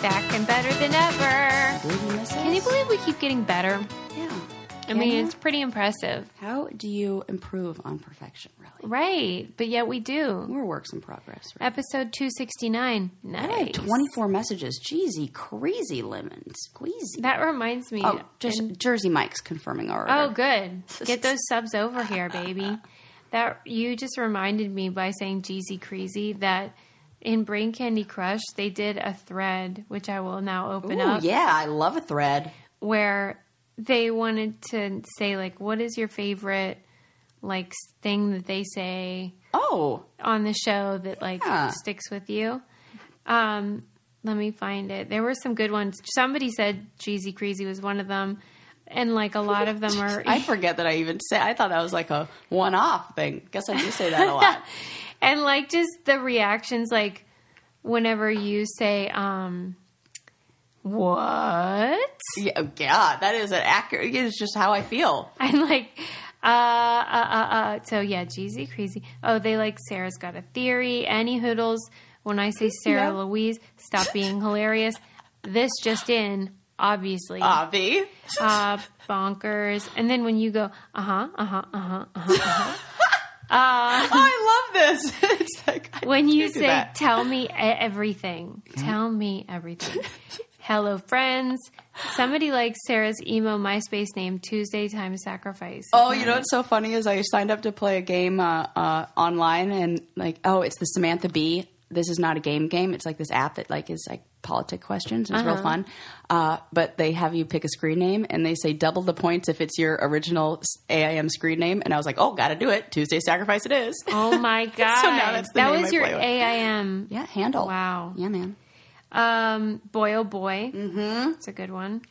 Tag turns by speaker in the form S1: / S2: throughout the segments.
S1: back and better than ever. Can you believe we keep getting better?
S2: Yeah.
S1: I mean, it's pretty impressive.
S2: how do you improve on perfection? Really,
S1: Right. But yet we do.
S2: we're works in progress. Right?
S1: Episode 269. Nice.
S2: I had twenty-four messages. Jeezy, crazy lemons, squeezy.
S1: That reminds me.
S2: Oh, just Jersey Mike's confirming our order.
S1: Oh, good. Get those subs over here, baby. That you just reminded me by saying Jeezy Crazy that in Brain Candy Crush they did a thread, which I will now open
S2: Ooh,
S1: up,
S2: yeah, I love a thread.
S1: where they wanted to say like, what is your favorite like s- thing that they say
S2: Oh,
S1: on the show that like
S2: Yeah.
S1: sticks with you? Um, let me find it. There were some good ones. Somebody said Jeezy Crazy was one of them, and like a lot of them are.
S2: I forget that I even said. I thought that was like a one-off thing. Guess I do say that a lot.
S1: and like just the reactions like whenever you say um what
S2: yeah, oh, God, that is an accurate. It's just how I feel.
S1: and like uh uh uh, uh so yeah jeezy crazy oh they like sarah's got a theory any hoodles when i say sarah
S2: Yeah.
S1: louise stop being hilarious this just in obviously
S2: Avi.
S1: uh, bonkers and then when you go uh-huh uh-huh uh-huh uh-huh
S2: I love this. it's like I
S1: when you
S2: do
S1: say
S2: that. Mm-hmm.
S1: tell me e- everything tell me everything hello friends somebody likes sarah's emo myspace name tuesday time sacrifice
S2: Oh, you know what's so funny is I signed up to play a game uh, uh, online and like, oh, it's the Samantha Bee. This is not a game game. It's like this app that like is like politic questions. It's real fun. Uh, but they have you pick a screen name and they say double the points if it's your original s- AIM screen name. And I was like, oh, gotta do it. Tuesday sacrifice it is.
S1: oh my god
S2: that's the
S1: that
S2: name
S1: was
S2: I
S1: your
S2: play with.
S1: aim
S2: yeah, handle.
S1: wow
S2: Yeah, man.
S1: um boy oh boy mm-hmm it's a good one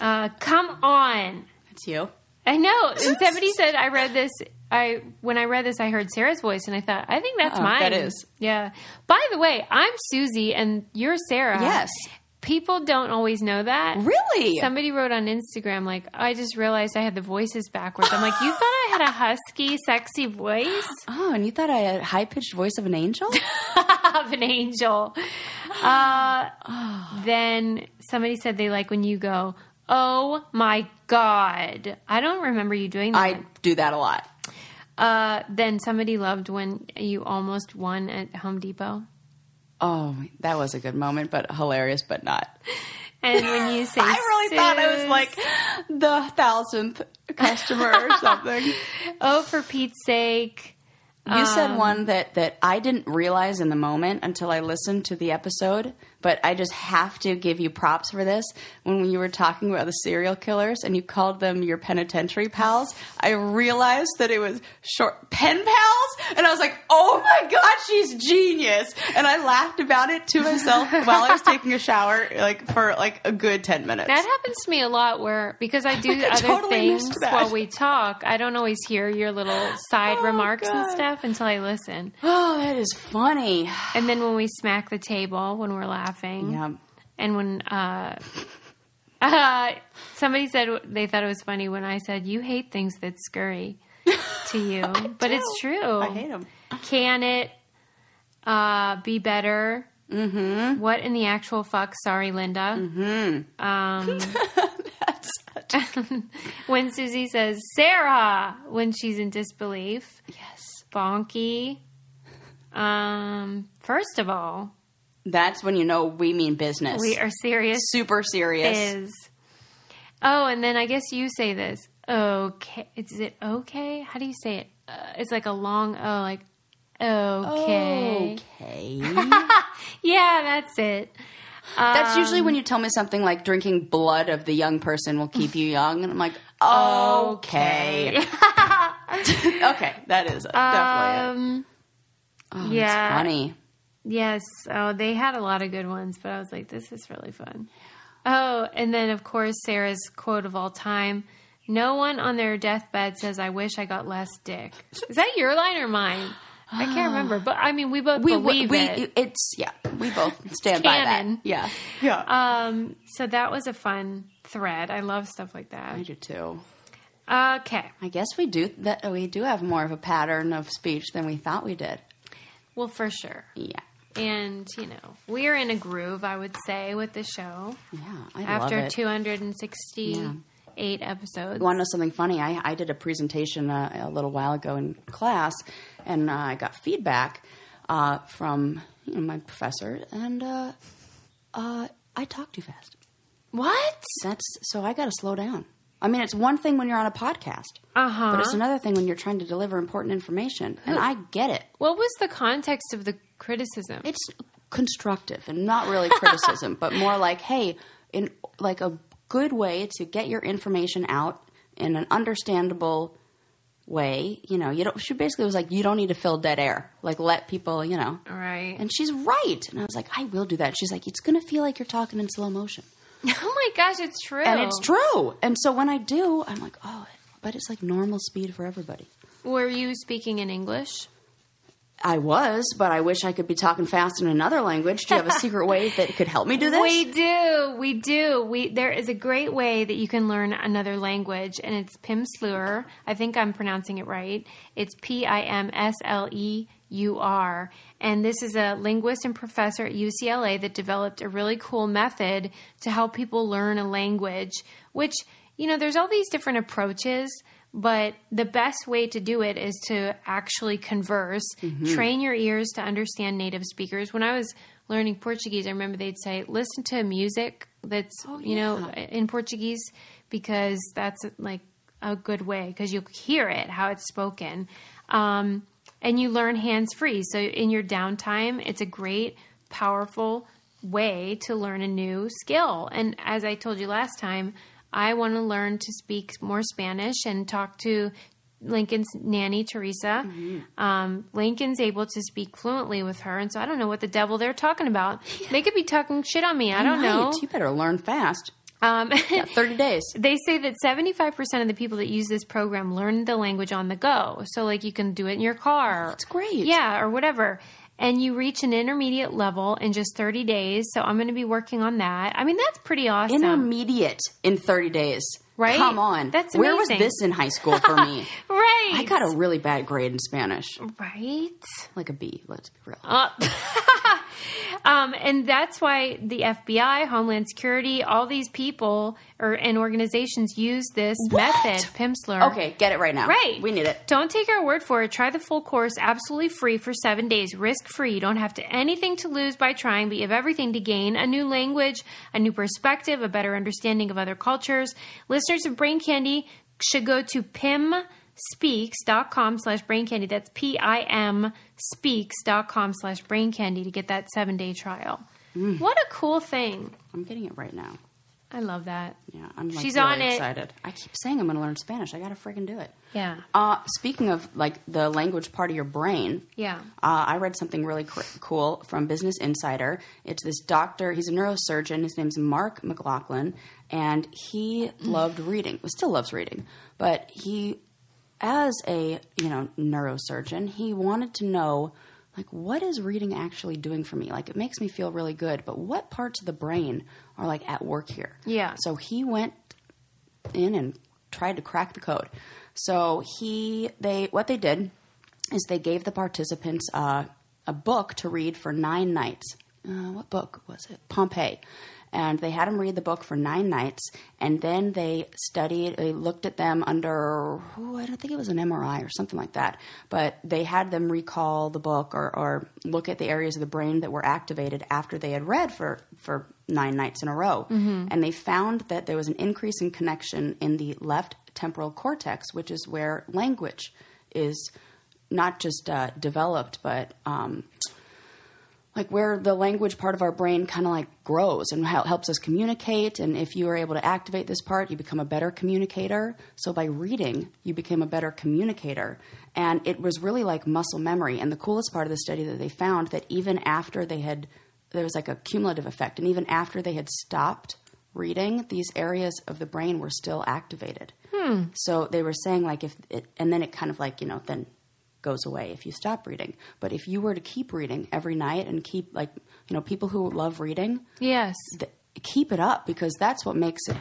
S1: uh come on
S2: That's you.
S1: i know and somebody said i read this I when I read this, I heard Sarah's voice, and I thought, I think that's
S2: Uh-uh,
S1: mine.
S2: that is.
S1: yeah. By the way, I'm Susie, and you're Sarah.
S2: Yes.
S1: people don't always know that.
S2: Really?
S1: Somebody wrote on Instagram, like, I just realized I had the voices backwards. I'm like, you thought I had a husky, sexy voice
S2: oh, and you thought I had a high pitched voice of an angel?
S1: of an angel. Uh, then somebody said they like when you go, oh my God. I don't remember you doing that.
S2: I do that a lot.
S1: uh, then somebody loved when you almost won at Home Depot.
S2: Oh, that was a good moment, but hilarious, but not.
S1: And when you say,
S2: I really thought I was
S1: "Sus,"
S2: like the thousandth customer or something. You
S1: oh, for Pete's sake.
S2: said one that that I didn't realize in the moment until I listened to the episode, but I just have to give you props for this. When you were talking about the serial killers and you called them your penitentiary pals, I realized that it was short pen pals, and I was like, "Oh my god, she's genius!" And I laughed about it to myself while I was taking a shower, like for like a good ten minutes.
S1: That happens to me a lot where because I do
S2: I
S1: other
S2: totally missed
S1: things
S2: that.
S1: while we talk, I don't always hear your little side
S2: Oh,
S1: remarks and
S2: God.
S1: stuff until I listen.
S2: oh, that is funny.
S1: And then when we smack the table when we're laughing,
S2: Yeah.
S1: and when uh, uh, somebody said they thought it was funny when I said you hate things that scurry to you, but it's true.
S2: I hate them.
S1: Can it uh, be better? Mm-hmm. What in the actual fuck? Sorry, Linda.
S2: Mm-hmm.
S1: Um, when Susie says Sarah when she's in disbelief.
S2: Yes.
S1: Bonky. Um, first of all,
S2: That's when you know we mean business.
S1: we are serious
S2: super serious.
S1: is. Oh, and then I guess you say this. Okay. Is it okay? How do you say it? Uh, it's like a long O, like, okay.
S2: Oh. Okay.
S1: Yeah, that's it.
S2: That's usually when you tell me something like drinking blood of the young person will keep you young, and I'm like, okay, okay, that is definitely. It.
S1: Um,
S2: Oh, that's
S1: yeah.
S2: funny.
S1: Yes. Oh, they had a lot of good ones, but I was like, this is really fun. Oh, and then of course Sarah's quote of all time: "No one on their deathbed says I wish I got less dick." Is that your line or mine? I can't remember, but I mean, we both
S2: We
S1: believe
S2: we
S1: it.
S2: it's yeah. We both stand by that.
S1: canon.
S2: Yeah, yeah.
S1: Um, so that was a fun thread. I love stuff like
S2: I
S1: that.
S2: do too.
S1: Okay.
S2: I guess we do that. We do have more of a pattern of speech than we thought we did.
S1: Well, for sure.
S2: Yeah.
S1: And, you know, we're in a groove, I would say, with the show.
S2: Yeah, I love
S1: After
S2: it.
S1: 268 episodes.
S2: You want to know something funny? I, I did a presentation uh, a little while ago in class, and uh, I got feedback uh, from you know, my professor, and uh, uh, I talk too fast.
S1: What?
S2: That's so I got to slow down. I mean, it's one thing when you're on a podcast,
S1: Uh-huh.
S2: but it's another thing when you're trying to deliver important information. And I get it.
S1: What was the context of the criticism?
S2: It's constructive and not really criticism, but more like, hey, in like a good way to get your information out in an understandable way. You know, you don't. She basically was like, you don't need to fill dead air. Like, let people, you know.
S1: right.
S2: And she's right. And I was like, I will do that. She's like, it's going to feel like you're talking in slow motion.
S1: oh my gosh, it's true.
S2: And it's true. And so when I do, I'm like, oh, but it's like normal speed for everybody.
S1: Were you speaking in English?
S2: I was, but I wish I could be talking fast in another language. Do you have a secret way that could help me do this?
S1: We do. We do. We there is a great way that you can learn another language and it's Pimsleur. I think I'm pronouncing it right. It's P I M S L E U R. And this is a linguist and professor at UCLA that developed a really cool method to help people learn a language, which you know, there's all these different approaches, but the best way to do it is to actually converse, train your ears to understand native speakers. When I was learning Portuguese, I remember they'd say, listen to music that's, you know, in Portuguese, because that's like a good way, because you hear it, how it's spoken. Um, and you learn hands free. So in your downtime, it's a great, powerful way to learn a new skill. And as I told you last time, I want to learn to speak more Spanish and talk to Lincoln's nanny, Teresa. Um, Lincoln's able to speak fluently with her. And so I don't know what the devil they're talking about. They could be talking shit on me. I don't know.
S2: Right. You better learn fast.
S1: Um,
S2: Got 30 days.
S1: they say that 75% of the people that use this program learn the language on the go. So, like, you can do it in your car. That's
S2: great.
S1: Yeah, or whatever. And you reach an intermediate level in just 30 days. So, I'm going to be working on that. I mean, that's pretty awesome.
S2: Intermediate in 30 days.
S1: Right?
S2: Come on.
S1: That's
S2: Where was
S1: amazing.
S2: this in high school for me?
S1: right.
S2: I got a really bad grade in Spanish.
S1: Right?
S2: Like a B, let's be real.
S1: Uh-uh. Um, and that's why the FBI, Homeland Security, all these people or and organizations use this method, PIMSLR.
S2: okay, get it right now.
S1: Right.
S2: We need it.
S1: Don't take our word for it. Try the full course absolutely free for seven days, risk free. You don't have to anything to lose by trying, but you have everything to gain a new language, a new perspective, a better understanding of other cultures. Listeners of Brain Candy should go to pimspeaks.com slash brain candy. That's P I M speaks.com slash brain candy to get that seven day trial. What a cool thing.
S2: I'm getting it right now.
S1: I love that.
S2: Yeah, I'm like
S1: She's
S2: really
S1: on it.
S2: excited. I keep saying I'm going to learn Spanish. I got to freaking do it.
S1: Yeah.
S2: Uh, speaking of like the language part of your brain,
S1: Yeah.
S2: Uh, I read something really cr- cool from Business Insider. It's this doctor. He's a neurosurgeon. His name's Mark McLaughlin, and he loved reading. Well, still loves reading, but he, as a you know neurosurgeon, he wanted to know like what is reading actually doing for me? Like it makes me feel really good, but what parts of the brain are like at work here?
S1: Yeah.
S2: So he went in and tried to crack the code. So he they what they did is they gave the participants uh, a book to read for nine nights. Uh, what book was it? Pompeii. And they had them read the book for nine nights, and then they studied. They looked at them under. Oh, I don't think it was an MRI or something like that. But they had them recall the book or, or look at the areas of the brain that were activated after they had read for for nine nights in a row. And they found that there was an increase in connection in the left temporal cortex, which is where language is not just uh, developed, but um, like where the language part of our brain kind of like grows and how it helps us communicate. And if you are able to activate this part, you become a better communicator. So by reading, you became a better communicator. And it was really like muscle memory. And the coolest part of the study that they found that even after they had, there was like a cumulative effect. And even after they had stopped reading, these areas of the brain were still activated. So they were saying like if it, and then it kind of like you know then goes away if you stop reading. But if you were to keep reading every night and keep like you know people who love reading,
S1: Yes.
S2: th- keep it up because that's what makes it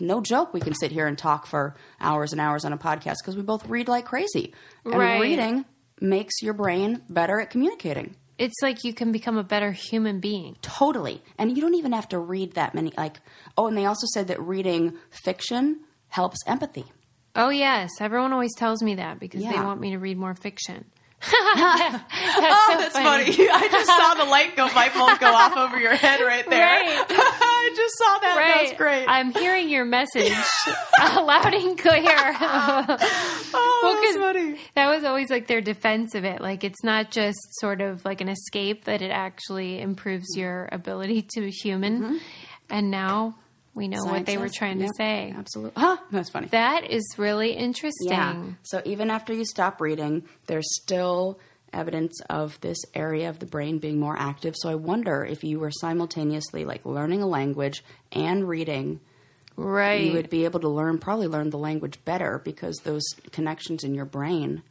S2: no joke. We can sit here and talk for hours and hours on a podcast because we both read like crazy, and
S1: Right.
S2: reading makes your brain better at communicating.
S1: It's like you can become a better human being.
S2: Totally. And you don't even have to read that many. Like, oh, and they also said that reading fiction helps empathy.
S1: Oh yes, everyone always tells me that because they
S2: Yeah.
S1: want me to read more fiction.
S2: oh, that's funny. I just saw the light go, light bulb go off over your head right there.
S1: Right.
S2: I just saw that. That's great.
S1: I'm hearing your message loud and clear.
S2: oh,
S1: Well,
S2: that's
S1: 'cause
S2: funny.
S1: That was always like their defense of it. Like it's not just sort of like an escape, that it actually improves
S2: Mm-hmm.
S1: your ability to human. And now we know what they were
S2: Scientists.
S1: trying
S2: Yep.
S1: to say.
S2: Absolutely. Huh, that's funny.
S1: That is really interesting.
S2: Yeah. So even after you stop reading, there's still evidence of this area of the brain being more active. So I wonder if you were simultaneously like learning a language and reading,
S1: Right.
S2: you would be able to learn probably learn the language better because those connections in your brain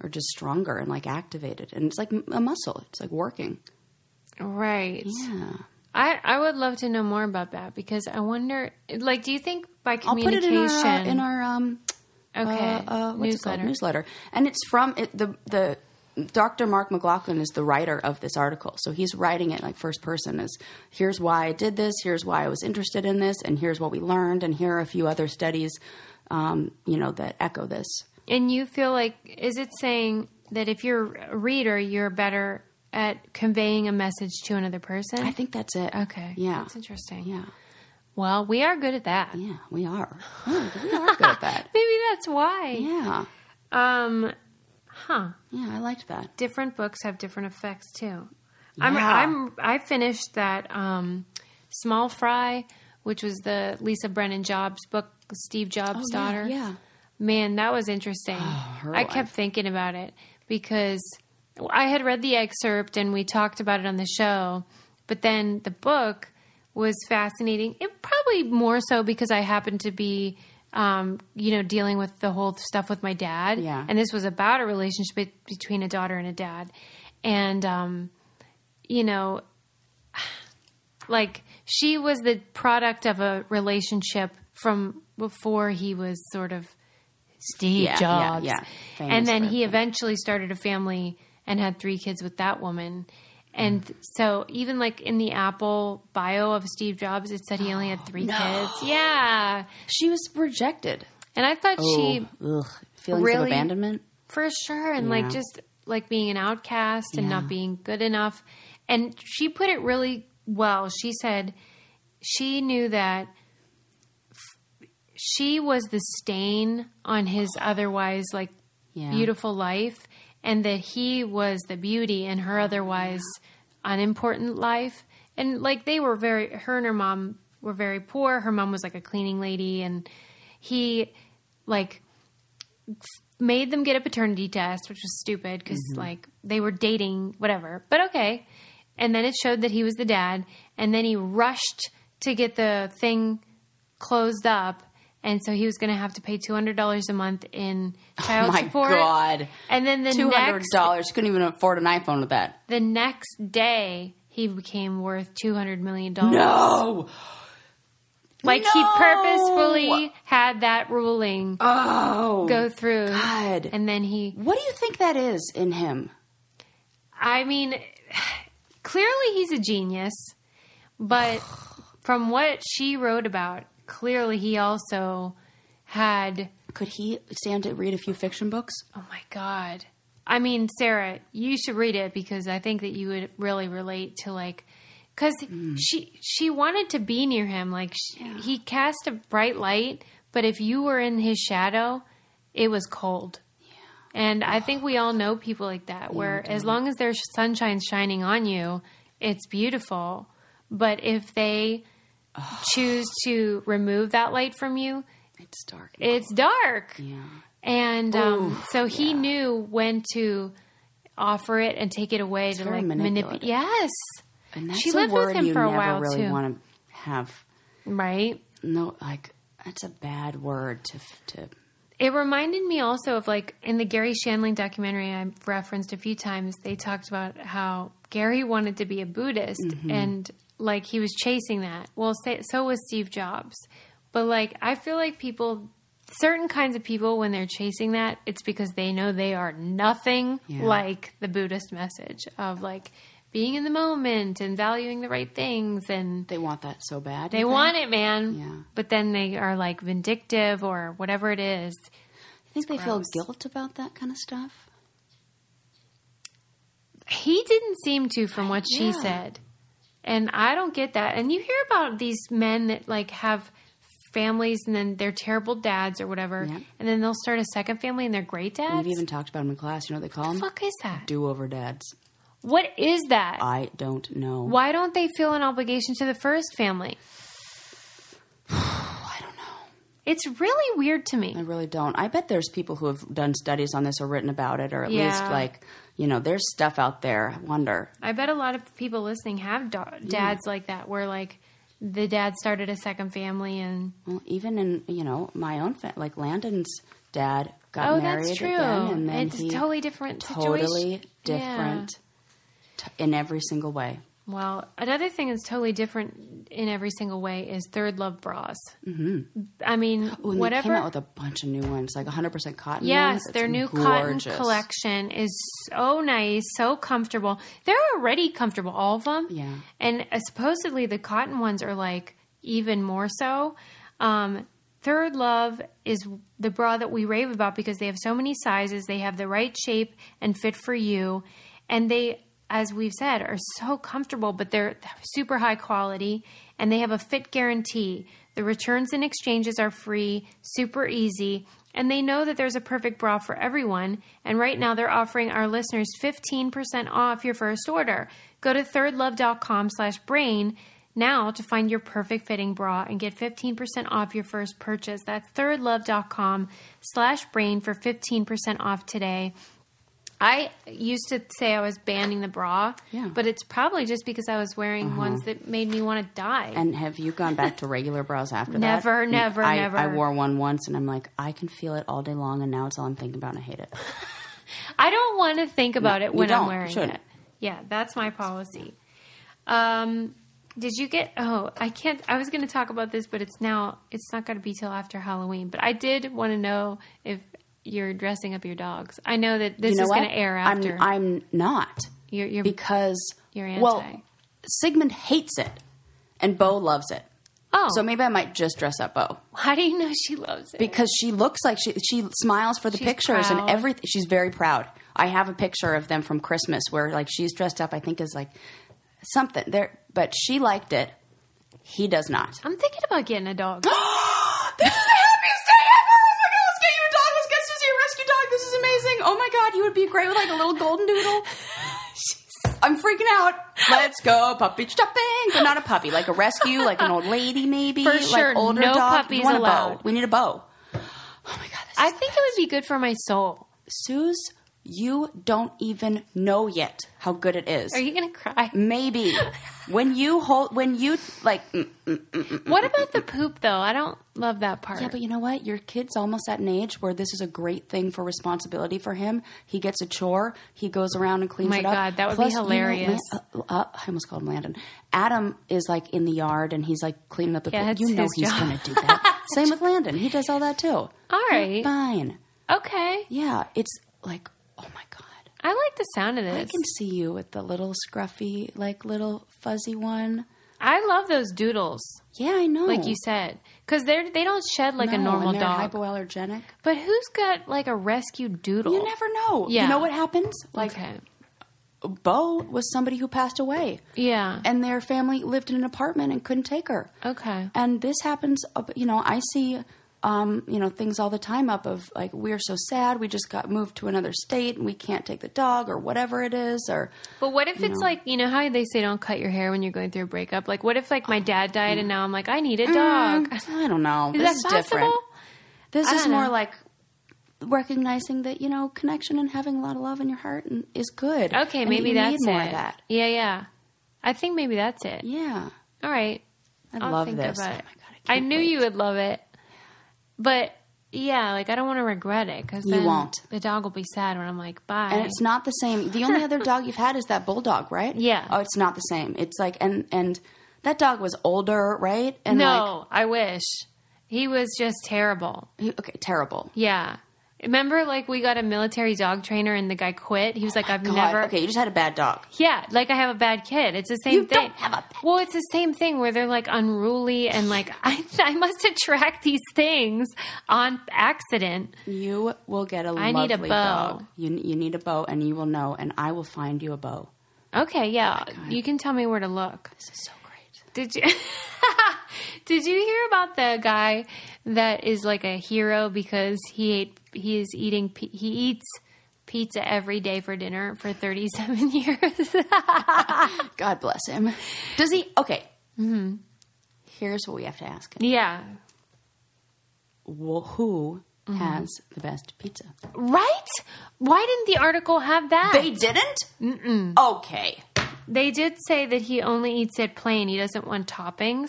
S2: are just stronger and like activated. And it's like m- a muscle. It's like working.
S1: right.
S2: Yeah.
S1: I, I would love to know more about that because I wonder like do you think by
S2: I'll put it
S1: communication
S2: in our uh, in our um
S1: okay
S2: uh, uh, what's it
S1: newsletter
S2: called? newsletter, and it's from it, the the Dr. Mark McLaughlin is the writer of this article, so he's writing it like first person. Is here's why I did this, here's why I was interested in this, and here's what we learned, and here are a few other studies, um, you know, that echo this.
S1: And you feel like, is it saying that if you're a reader, you're better at conveying a message to another person?
S2: I think that's it.
S1: Okay.
S2: Yeah.
S1: That's interesting.
S2: Yeah.
S1: Well, we are good at that.
S2: Yeah. We are. Oh, we are good at that.
S1: Maybe that's why.
S2: Yeah.
S1: Um, huh.
S2: Yeah. I liked that.
S1: Different books have different effects too. I'm,
S2: Yeah.
S1: I'm, I finished that, um, Small Fry, which was the Lisa Brennan Jobs book, Steve Jobs'
S2: Oh, yeah,
S1: daughter.
S2: yeah. Oh,
S1: Man, that was interesting.
S2: her
S1: I
S2: life.
S1: kept thinking about it because I had read the excerpt and we talked about it on the show, but then the book was fascinating. It probably more so because I happened to be, um, you know, dealing with the whole stuff with my dad.
S2: Yeah.
S1: And this was about a relationship be- between a daughter and a dad. And, um, you know, like she was the product of a relationship from before he was sort of Steve
S2: Yeah, yeah,
S1: Jobs.
S2: yeah. Famous
S1: And then
S2: for
S1: he eventually started a family and had three kids with that woman. And
S2: Mm.
S1: so even like in the Apple bio of Steve Jobs, it said he only had three kids. Yeah.
S2: She was rejected.
S1: And I thought she
S2: Oh, ugh, feelings of
S1: really-
S2: abandonment.
S1: for sure and like
S2: Yeah.
S1: just like being an outcast and
S2: Yeah.
S1: not being good enough and she put it really well she said she knew that f- she was the stain on his otherwise like
S2: Yeah.
S1: beautiful life and that he was the beauty in her otherwise unimportant life and like they were very her and her mom were very poor her mom was like a cleaning lady and he like made them get a paternity test, which was stupid because
S2: Mm-hmm.
S1: like they were dating, whatever. But okay. And then it showed that he was the dad, and then he rushed to get the thing closed up, and so he was going to have to pay two hundred dollars a month in child
S2: Oh My
S1: support.
S2: God.
S1: And then the
S2: Two hundred
S1: next
S2: dollars. Couldn't even afford an iPhone with that.
S1: the next day, he became worth two hundred million dollars.
S2: No.
S1: like he
S2: No!
S1: purposefully had that ruling
S2: Oh.
S1: go through,
S2: God.
S1: and then he
S2: What do you think that is in him?
S1: I mean, clearly he's a genius, but from what she wrote about, clearly he also had.
S2: Could he stand to read a few fiction books?
S1: Oh my God. I mean, Sarah, you should read it because I think that you would really relate to like. Because she she wanted to be near him, like she, he cast a bright light, but if you were in his shadow, it was cold. And I think we all know people like that, where as long as there's sunshine shining on you, it's beautiful. But if they choose to remove that light from you,
S2: It's dark.
S1: it's dark.
S2: yeah.
S1: And um, so he knew when to offer it and take it away to
S2: very
S1: like manipulate.
S2: manipulative.
S1: Yes,
S2: And that's
S1: She
S2: a
S1: lived with
S2: word
S1: him
S2: you
S1: for a
S2: never
S1: while,
S2: really
S1: too.
S2: want to have.
S1: right.
S2: No, like that's a bad word to f- to.
S1: It reminded me also of like in the Gary Shandling documentary I referenced a few times, they talked about how Gary wanted to be a Buddhist and like he was chasing that. Well, say, so was Steve Jobs. But like I feel like people certain kinds of people when they're chasing that it's because they know they are nothing like the buddhist message of like being in the moment and valuing the right things and
S2: They want that so bad.
S1: they want it man
S2: Yeah.
S1: but then they are like vindictive or whatever it is
S2: I think they feel
S1: Gross.
S2: guilt about that kind of stuff.
S1: he didn't seem to from what she
S2: Yeah.
S1: said and i don't get that and you hear about these men that like have families and then they're terrible dads or whatever
S2: Yeah.
S1: and then they'll start a second family and they're great dads
S2: We've even talked about them in class. You know what they call
S1: the
S2: them?
S1: fuck is that
S2: Do-over dads.
S1: what is that
S2: I don't know.
S1: why don't they feel an obligation to the first family
S2: I don't know.
S1: it's really weird to me
S2: I really don't. I bet there's people who have done studies on this or written about it, or at least
S1: Yeah.
S2: like you know, there's stuff out there. I wonder.
S1: i bet a lot of people listening have da- dads like that where like the dad started a second family and
S2: Well, even in you know my own fa- like Landon's dad got
S1: oh
S2: married
S1: that's true
S2: again, and then
S1: it's
S2: he
S1: totally different
S2: totally
S1: situation. Yeah.
S2: different t- in every single way.
S1: Well, another thing that's totally different in every single way is third love bras. Mm-hmm. I mean,
S2: Ooh, and
S1: whatever.
S2: they came out with a bunch of new ones, like 100% cotton.
S1: yes,
S2: ones. It's
S1: their new
S2: gorgeous.
S1: cotton collection is so nice, so comfortable. They're already comfortable, all of them.
S2: Yeah.
S1: and uh, supposedly the cotton ones are like even more so. Um, Third Love is the bra that we rave about because they have so many sizes, they have the right shape and fit for you, and they, as we've said, are so comfortable, but they're super high quality and they have a fit guarantee. The returns and exchanges are free, super easy, and they know that there's a perfect bra for everyone. And right now they're offering our listeners 15% off your first order. Go to thirdlove.com slash brain now to find your perfect fitting bra and get 15% off your first purchase. That's thirdlove.com slash brain for 15% off today. I used to say I was banning the bra,
S2: Yeah.
S1: but it's probably just because I was wearing ones that made me want to die.
S2: And have you gone back to regular bras after that?
S1: Never, never,
S2: I,
S1: never.
S2: I wore one once and I'm like, I can feel it all day long, and now it's all I'm thinking about, and I hate it.
S1: I don't want to think about it
S2: you
S1: when I'm
S2: don't.
S1: wearing
S2: Shouldn't.
S1: it. Yeah, that's my policy. Um, did you get? Oh, I can't. I was going to talk about this, but it's now. It's not going to be till after Halloween. But I did want to know if you're dressing up your dogs. I know that this
S2: you know
S1: is
S2: what?
S1: going to air after.
S2: I'm, I'm not.
S1: you're, you're,
S2: Because,
S1: You're
S2: well,
S1: anti.
S2: Sigmund hates it, and Bo loves it.
S1: oh,
S2: So maybe I might just dress up Bo.
S1: how do you know she loves it?
S2: because she looks like she she smiles for the
S1: She's
S2: pictures
S1: proud.
S2: and everything. She's very proud. I have a picture of them from Christmas where like she's dressed up. I think is like something there, but she liked it. He does not.
S1: I'm thinking about getting a dog.
S2: this is the happiest day ever! Oh my god, let's get you a dog. Let's get Susie a rescue dog. This is amazing. Oh my god, you would be great with like a little golden doodle. I'm freaking out. Let's go puppy shopping, but not a puppy, like a rescue, like an old lady maybe,
S1: For
S2: like
S1: sure,
S2: older
S1: no
S2: dog.
S1: puppies
S2: we want a bow.
S1: allowed.
S2: We need a bow. Oh my god, this
S1: I think it would be good for my soul.
S2: Suze, you don't even know yet how good it is.
S1: Are you going to cry?
S2: Maybe when you hold, when you like, mm,
S1: What about the poop though? I don't love that part.
S2: yeah, but you know what? Your kid's almost at an age where this is a great thing for responsibility for him. He gets a chore, he goes around and cleans
S1: My
S2: it up.
S1: God, that would be
S2: you know,
S1: hilarious.
S2: Lan- uh, uh, I almost called him Landon. Adam is like in the yard and he's like cleaning up the.
S1: Yeah,
S2: pool.
S1: it's
S2: you know
S1: his
S2: he's
S1: job.
S2: going to do that. Same with Landon. He does all that too.
S1: All right.
S2: Fine.
S1: Okay.
S2: Yeah, it's like, oh my god.
S1: I like the sound of this.
S2: I can see you with the little scruffy, like little fuzzy one.
S1: I love those doodles,
S2: Yeah, I know.
S1: like you said, because they're they don't shed like a normal
S2: Oh. and they're
S1: dog.
S2: Hypoallergenic.
S1: but who's got like a rescue doodle?
S2: You never know.
S1: Oh. Yeah.
S2: You know what happens? Like
S1: okay.
S2: Bo was somebody who passed away,
S1: Yeah.
S2: and their family lived in an apartment and couldn't take her.
S1: okay.
S2: And this happens. up- You know, I see. Um, you know things all the time up of like we're so sad we just got moved to another state and we can't take the dog or whatever it is or
S1: But what if it's
S2: know.
S1: like you know how they say don't cut your hair when you're going through a breakup? Like what if like my dad died and now I'm like I need a dog?
S2: Mm, I don't know
S1: Is
S2: this
S1: that
S2: is
S1: possible?
S2: different This
S1: I
S2: is
S1: don't
S2: more
S1: know.
S2: like recognizing that you know connection and having a lot of love in your heart and, is good.
S1: Okay,
S2: and
S1: maybe
S2: you
S1: that's
S2: need more
S1: it.
S2: of that.
S1: Yeah, yeah. I think maybe that's it.
S2: Yeah,
S1: All right.
S2: I
S1: I'll
S2: love
S1: think
S2: this.
S1: about it.
S2: Oh my God, I
S1: I,
S2: can't
S1: knew
S2: wait.
S1: you would love it, but yeah, like I don't want to regret it because
S2: You won't.
S1: The dog will be sad when I'm like, bye.
S2: And it's not the same. The only other dog you've had is that bulldog, right?
S1: Yeah.
S2: Oh, it's not the same. It's like and and that dog was older, right? And
S1: no, I wish He was just terrible.
S2: He- Okay, terrible.
S1: Yeah. Remember, like, we got a military dog trainer and the guy quit? He was like, I've
S2: Oh God,
S1: never.
S2: okay, you just had a bad dog.
S1: Yeah, like I have a bad kid. It's the same
S2: You
S1: thing.
S2: don't have a bad
S1: well, it's the same thing where they're like unruly and like, I, I must attract these things on accident.
S2: You will get a
S1: I need a
S2: lovely
S1: bow.
S2: dog. You you need a bow, and you will know, and I will find you a bow.
S1: Okay,
S2: Oh
S1: yeah. you can tell me where to look.
S2: This is so great.
S1: Did you Did you hear about the guy that is like a hero because he ate he is eating pi- he eats pizza every day for dinner for 37 years?
S2: God bless him. Does he? Okay.
S1: Mm-hmm.
S2: Here's what we have to ask him:
S1: yeah.
S2: Well, Who
S1: Mm-hmm.
S2: has the best pizza?
S1: Ah. Right? Why didn't the article have that?
S2: They didn't. Mm-mm. Okay.
S1: They did say that he only eats it plain. He doesn't want toppings,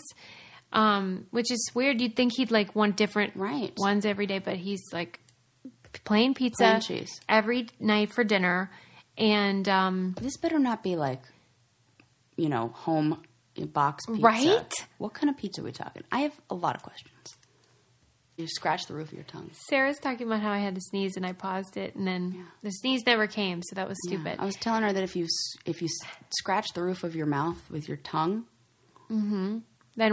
S1: um, which is weird. You'd think he'd like want different
S2: Right.
S1: ones every day, but he's like plain pizza
S2: Plain cheese.
S1: every night for dinner. And um,
S2: This better not be like, you know, home box pizza.
S1: Right?
S2: What kind of pizza are we talking? I have a lot of questions. You scratch the roof of your tongue.
S1: Sarah's talking about how I had to sneeze and I paused it, and then the sneeze never came, so that was stupid.
S2: I was telling her that if you s- if you s- scratch the roof of your mouth with your tongue,
S1: then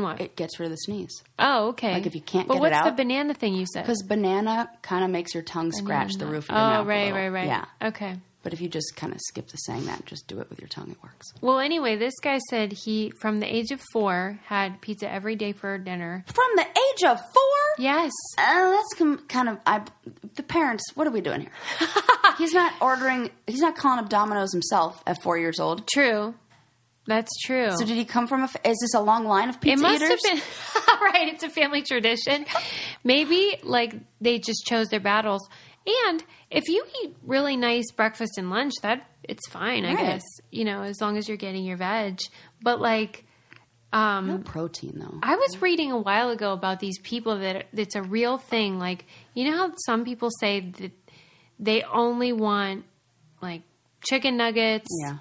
S1: what?
S2: it gets rid of the sneeze.
S1: oh, okay.
S2: like, if you can't
S1: but
S2: get it
S1: what's the
S2: out-
S1: banana thing you said?
S2: Because banana kind of makes your tongue scratch the roof of
S1: Oh,
S2: your mouth. a
S1: right,
S2: little.
S1: right, right.
S2: Yeah.
S1: Okay.
S2: But if you just kind of skip the saying that, just do it with your tongue, it works.
S1: Well, anyway, this guy said he, from the age of four, had pizza every day for dinner.
S2: From the age of four?
S1: Yes.
S2: Uh, that's com- kind of I. The parents. What are we doing here? he's not ordering. He's not calling up Domino's himself at four years old.
S1: True. That's true.
S2: So did he come from a? f- Is this a long line of pizza
S1: it must
S2: eaters?
S1: have been right. It's a family tradition. Maybe like they just chose their battles. And if you eat really nice breakfast and lunch, that it's fine, I
S2: Right.
S1: guess. You know, as long as you're getting your veg. But like
S2: no protein though.
S1: I was reading a while ago about these people that it's a real thing. Like you know how some people say that they only want like chicken nuggets,
S2: Yeah.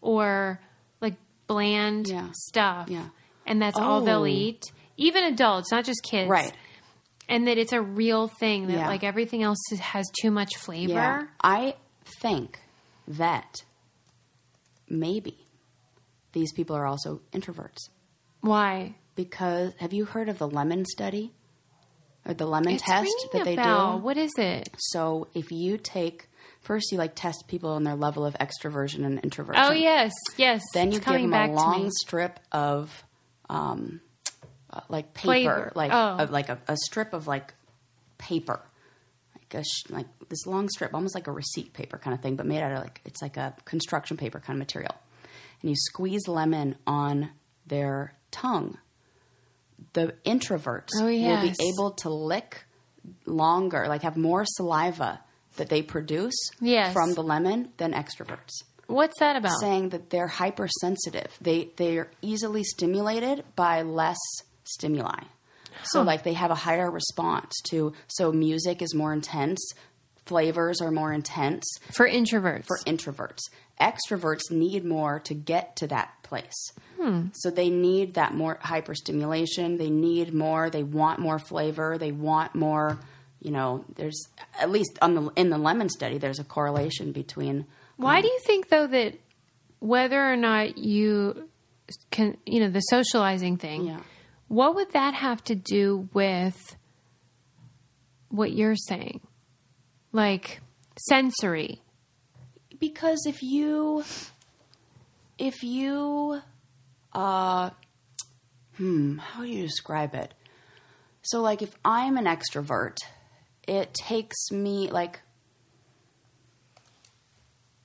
S1: or like bland
S2: Yeah.
S1: stuff,
S2: Yeah.
S1: and that's all
S2: Oh.
S1: they'll eat. Even adults, not just kids,
S2: Right.
S1: And that it's a real thing that
S2: Yeah.
S1: like everything else is- has too much flavor.
S2: Yeah. I think that maybe these people are also introverts
S1: Why?
S2: because have you heard of the lemon study or the lemon
S1: It's
S2: test
S1: ringing
S2: that
S1: a
S2: they
S1: bell.
S2: do?
S1: What is it?
S2: So if you take first, you like test people on their level of extroversion and introversion.
S1: Oh yes, yes.
S2: Then
S1: it's
S2: you give them
S1: coming back
S2: a
S1: to me.
S2: long strip of, um, uh, like paper,
S1: Flavor.
S2: like
S1: Oh.
S2: of like a, a strip of like paper, like a sh- like this long strip, almost like a receipt paper kind of thing, but made out of like it's like a construction paper kind of material, and you squeeze lemon on their tongue. The introverts
S1: Oh,
S2: will
S1: yes.
S2: be able to lick longer, like have more saliva that they produce
S1: Yes.
S2: from the lemon than extroverts
S1: What's that about?
S2: saying that they're hypersensitive. They they are easily stimulated by less stimuli. So like they have a higher response to so music is more intense, flavors are more intense
S1: For introverts.
S2: for introverts. Extroverts need more to get to that place. So they need that more hyperstimulation, they need more, they want more flavor, they want more, you know, there's at least on the in the lemon study there's a correlation between
S1: Why do you think though that whether or not you can, you know, the socializing thing,
S2: Yeah.
S1: what would that have to do with what you're saying? Like sensory.
S2: because if you if you uh hmm how do you describe it so like if i'm an extrovert it takes me like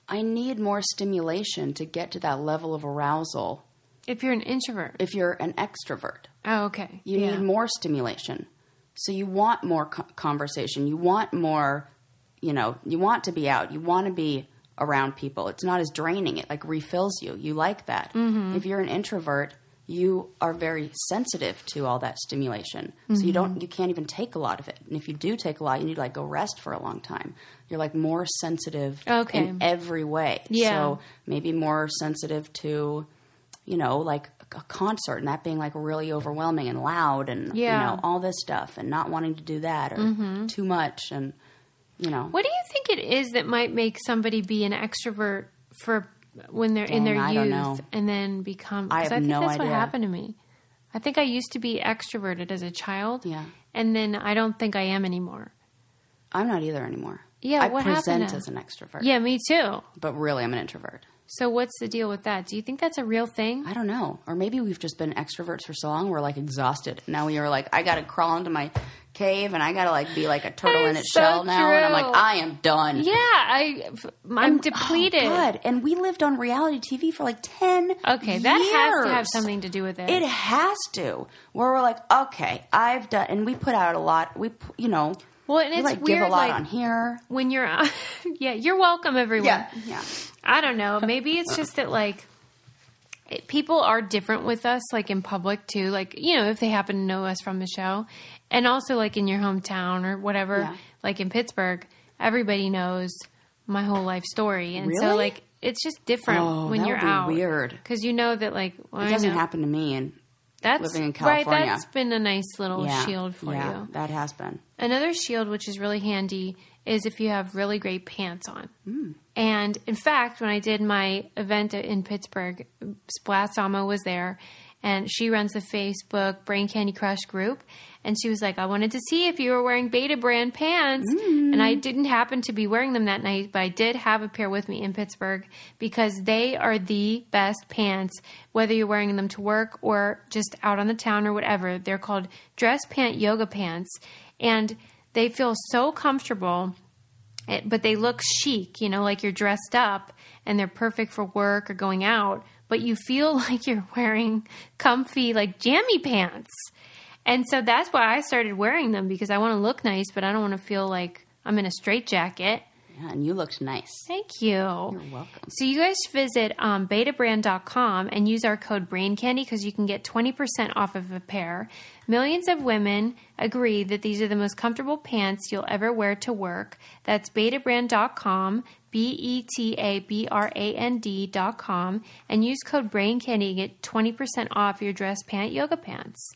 S2: i need more stimulation to get to that level of arousal
S1: If you're an introvert.
S2: if you're an extrovert
S1: Oh, okay.
S2: you
S1: Yeah.
S2: need more stimulation. So you want more co- conversation. You want more, you know, you want to be out. You want to be around people. It's not as draining. It like refills you. You like that.
S1: Mm-hmm.
S2: If you're an introvert, you are very sensitive to all that stimulation. So you
S1: Mm-hmm.
S2: don't you can't even take a lot of it. And if you do take a lot, you need to like go rest for a long time. You're like more sensitive
S1: Okay.
S2: in every way.
S1: Yeah.
S2: So maybe more sensitive to, you know, like a concert and that being like really overwhelming and loud and
S1: Yeah. Mm-hmm.
S2: you know all this stuff and not wanting to do that or too much and you know
S1: What do you think it is that might make somebody be an extrovert for when they're
S2: Dang,
S1: in their
S2: I don't know.
S1: youth and then become? 'cause
S2: I have
S1: think
S2: no
S1: that's what
S2: idea.
S1: happened to me. I think I used to be extroverted as a child,
S2: Yeah.
S1: and then I don't think I am anymore.
S2: I'm not either anymore.
S1: Yeah,
S2: I
S1: what happened
S2: present
S1: to-
S2: as an extrovert,
S1: Yeah, me too.
S2: but really I'm an introvert.
S1: So what's the deal with that? Do you think that's a real thing?
S2: I don't know. Or maybe we've just been extroverts for so long, we're like exhausted. Now we are like, I gotta crawl into my cave and I gotta like be like a turtle in
S1: That is
S2: its
S1: so
S2: shell now. And I'm
S1: true.
S2: like, I am done.
S1: Yeah, I I'm depleted.
S2: Oh, God. And we lived on reality TV for like 10
S1: okay, that has to have
S2: years.
S1: something to do with it.
S2: It has to. Where we're like, okay, I've done, and we put out a lot. We, pu- you know,
S1: well, and
S2: we
S1: it's
S2: like
S1: weird
S2: give a lot
S1: like
S2: on here.
S1: when you're yeah, you're welcome everyone.
S2: yeah.
S1: I don't know. Maybe it's just that like it, people are different with us, like in public too. Like you know, if they happen to know us from the show, and also like in your hometown or whatever,
S2: Yeah.
S1: like in Pittsburgh, everybody knows my whole life story, and so
S2: Really?
S1: like it's just different
S2: Oh,
S1: when
S2: that
S1: you're
S2: would be
S1: out.
S2: weird.
S1: because you know that like well,
S2: It
S1: I
S2: doesn't
S1: know.
S2: happen to me. And
S1: That's
S2: living in
S1: right.
S2: California.
S1: That's been a nice little
S2: yeah,
S1: shield for
S2: yeah,
S1: you.
S2: That has been.
S1: Another shield, which is really handy, is if you have really great pants on. And in fact, when I did my event in Pittsburgh, Splatsama was there, and she runs the Facebook Brain Candy Crush group. And she was like, I wanted to see if you were wearing Beta brand pants. And I didn't happen to be wearing them that night, but I did have a pair with me in Pittsburgh because they are the best pants, whether you're wearing them to work or just out on the town or whatever. They're called dress pant yoga pants and they feel so comfortable it- but they look chic you know like you're dressed up and they're perfect for work or going out but you feel like you're wearing comfy like jammy pants and so that's why i started wearing them because i want to look nice but i don't want to feel like i'm in a straitjacket
S2: Yeah, and you looked nice.
S1: Thank you. You're
S2: welcome.
S1: So you guys should visit um, betabrand.com and use our code BRAINCANDY because you can get 20% off of a pair. Millions of women agree that these are the most comfortable pants you'll ever wear to work. That's betabrand.com, E B-E-T-A-B-R-A-N-D dot com, and use code BRAINCANDY to get 20% off your dress pant yoga pants.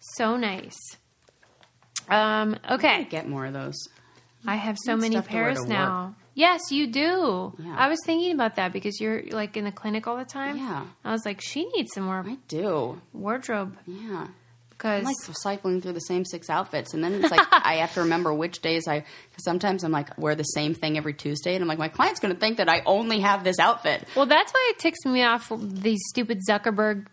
S1: So nice. Um, okay.
S2: Get more of those.
S1: I have so many
S2: stuff to wear
S1: pairs
S2: to
S1: now. Yes, you do.
S2: Yeah.
S1: I was thinking about that because you're like in the clinic all the time.
S2: Yeah.
S1: I was like, she needs some more
S2: I do.
S1: wardrobe
S2: Yeah.
S1: because
S2: I'm like cycling through the same six outfits, and then it's like I have to remember which days I. Cause sometimes I'm like wear the same thing every Tuesday, and I'm like my client's going to think that I only have this outfit.
S1: well, that's why it ticks me off these stupid Zuckerberg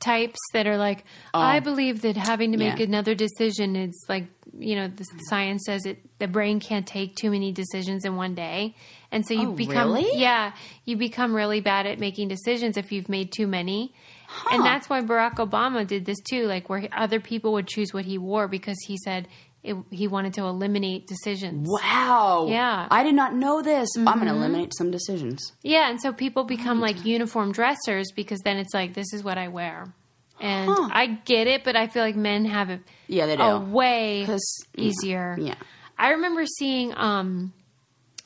S1: types that are like, I believe that having to make
S2: Oh. yeah.
S1: another decision is like, you know, the science says it. The brain can't take too many decisions in one day, and so you
S2: Oh,
S1: become
S2: really?
S1: yeah, you become really bad at making decisions if you've made too many.
S2: Huh.
S1: And that's why Barack Obama did this too, like where other people would choose what he wore because he said it, he wanted to eliminate decisions.
S2: Wow.
S1: Yeah.
S2: I did not know this. I'm
S1: Mm-hmm.
S2: going to eliminate some decisions.
S1: Yeah, and so people become like uniform dressers because then it's like this is what I wear, and
S2: Huh.
S1: I get it, but I feel like men have it
S2: Yeah, they do.
S1: a Oh, way
S2: 'Cause, yeah,
S1: easier.
S2: yeah.
S1: I remember seeing um,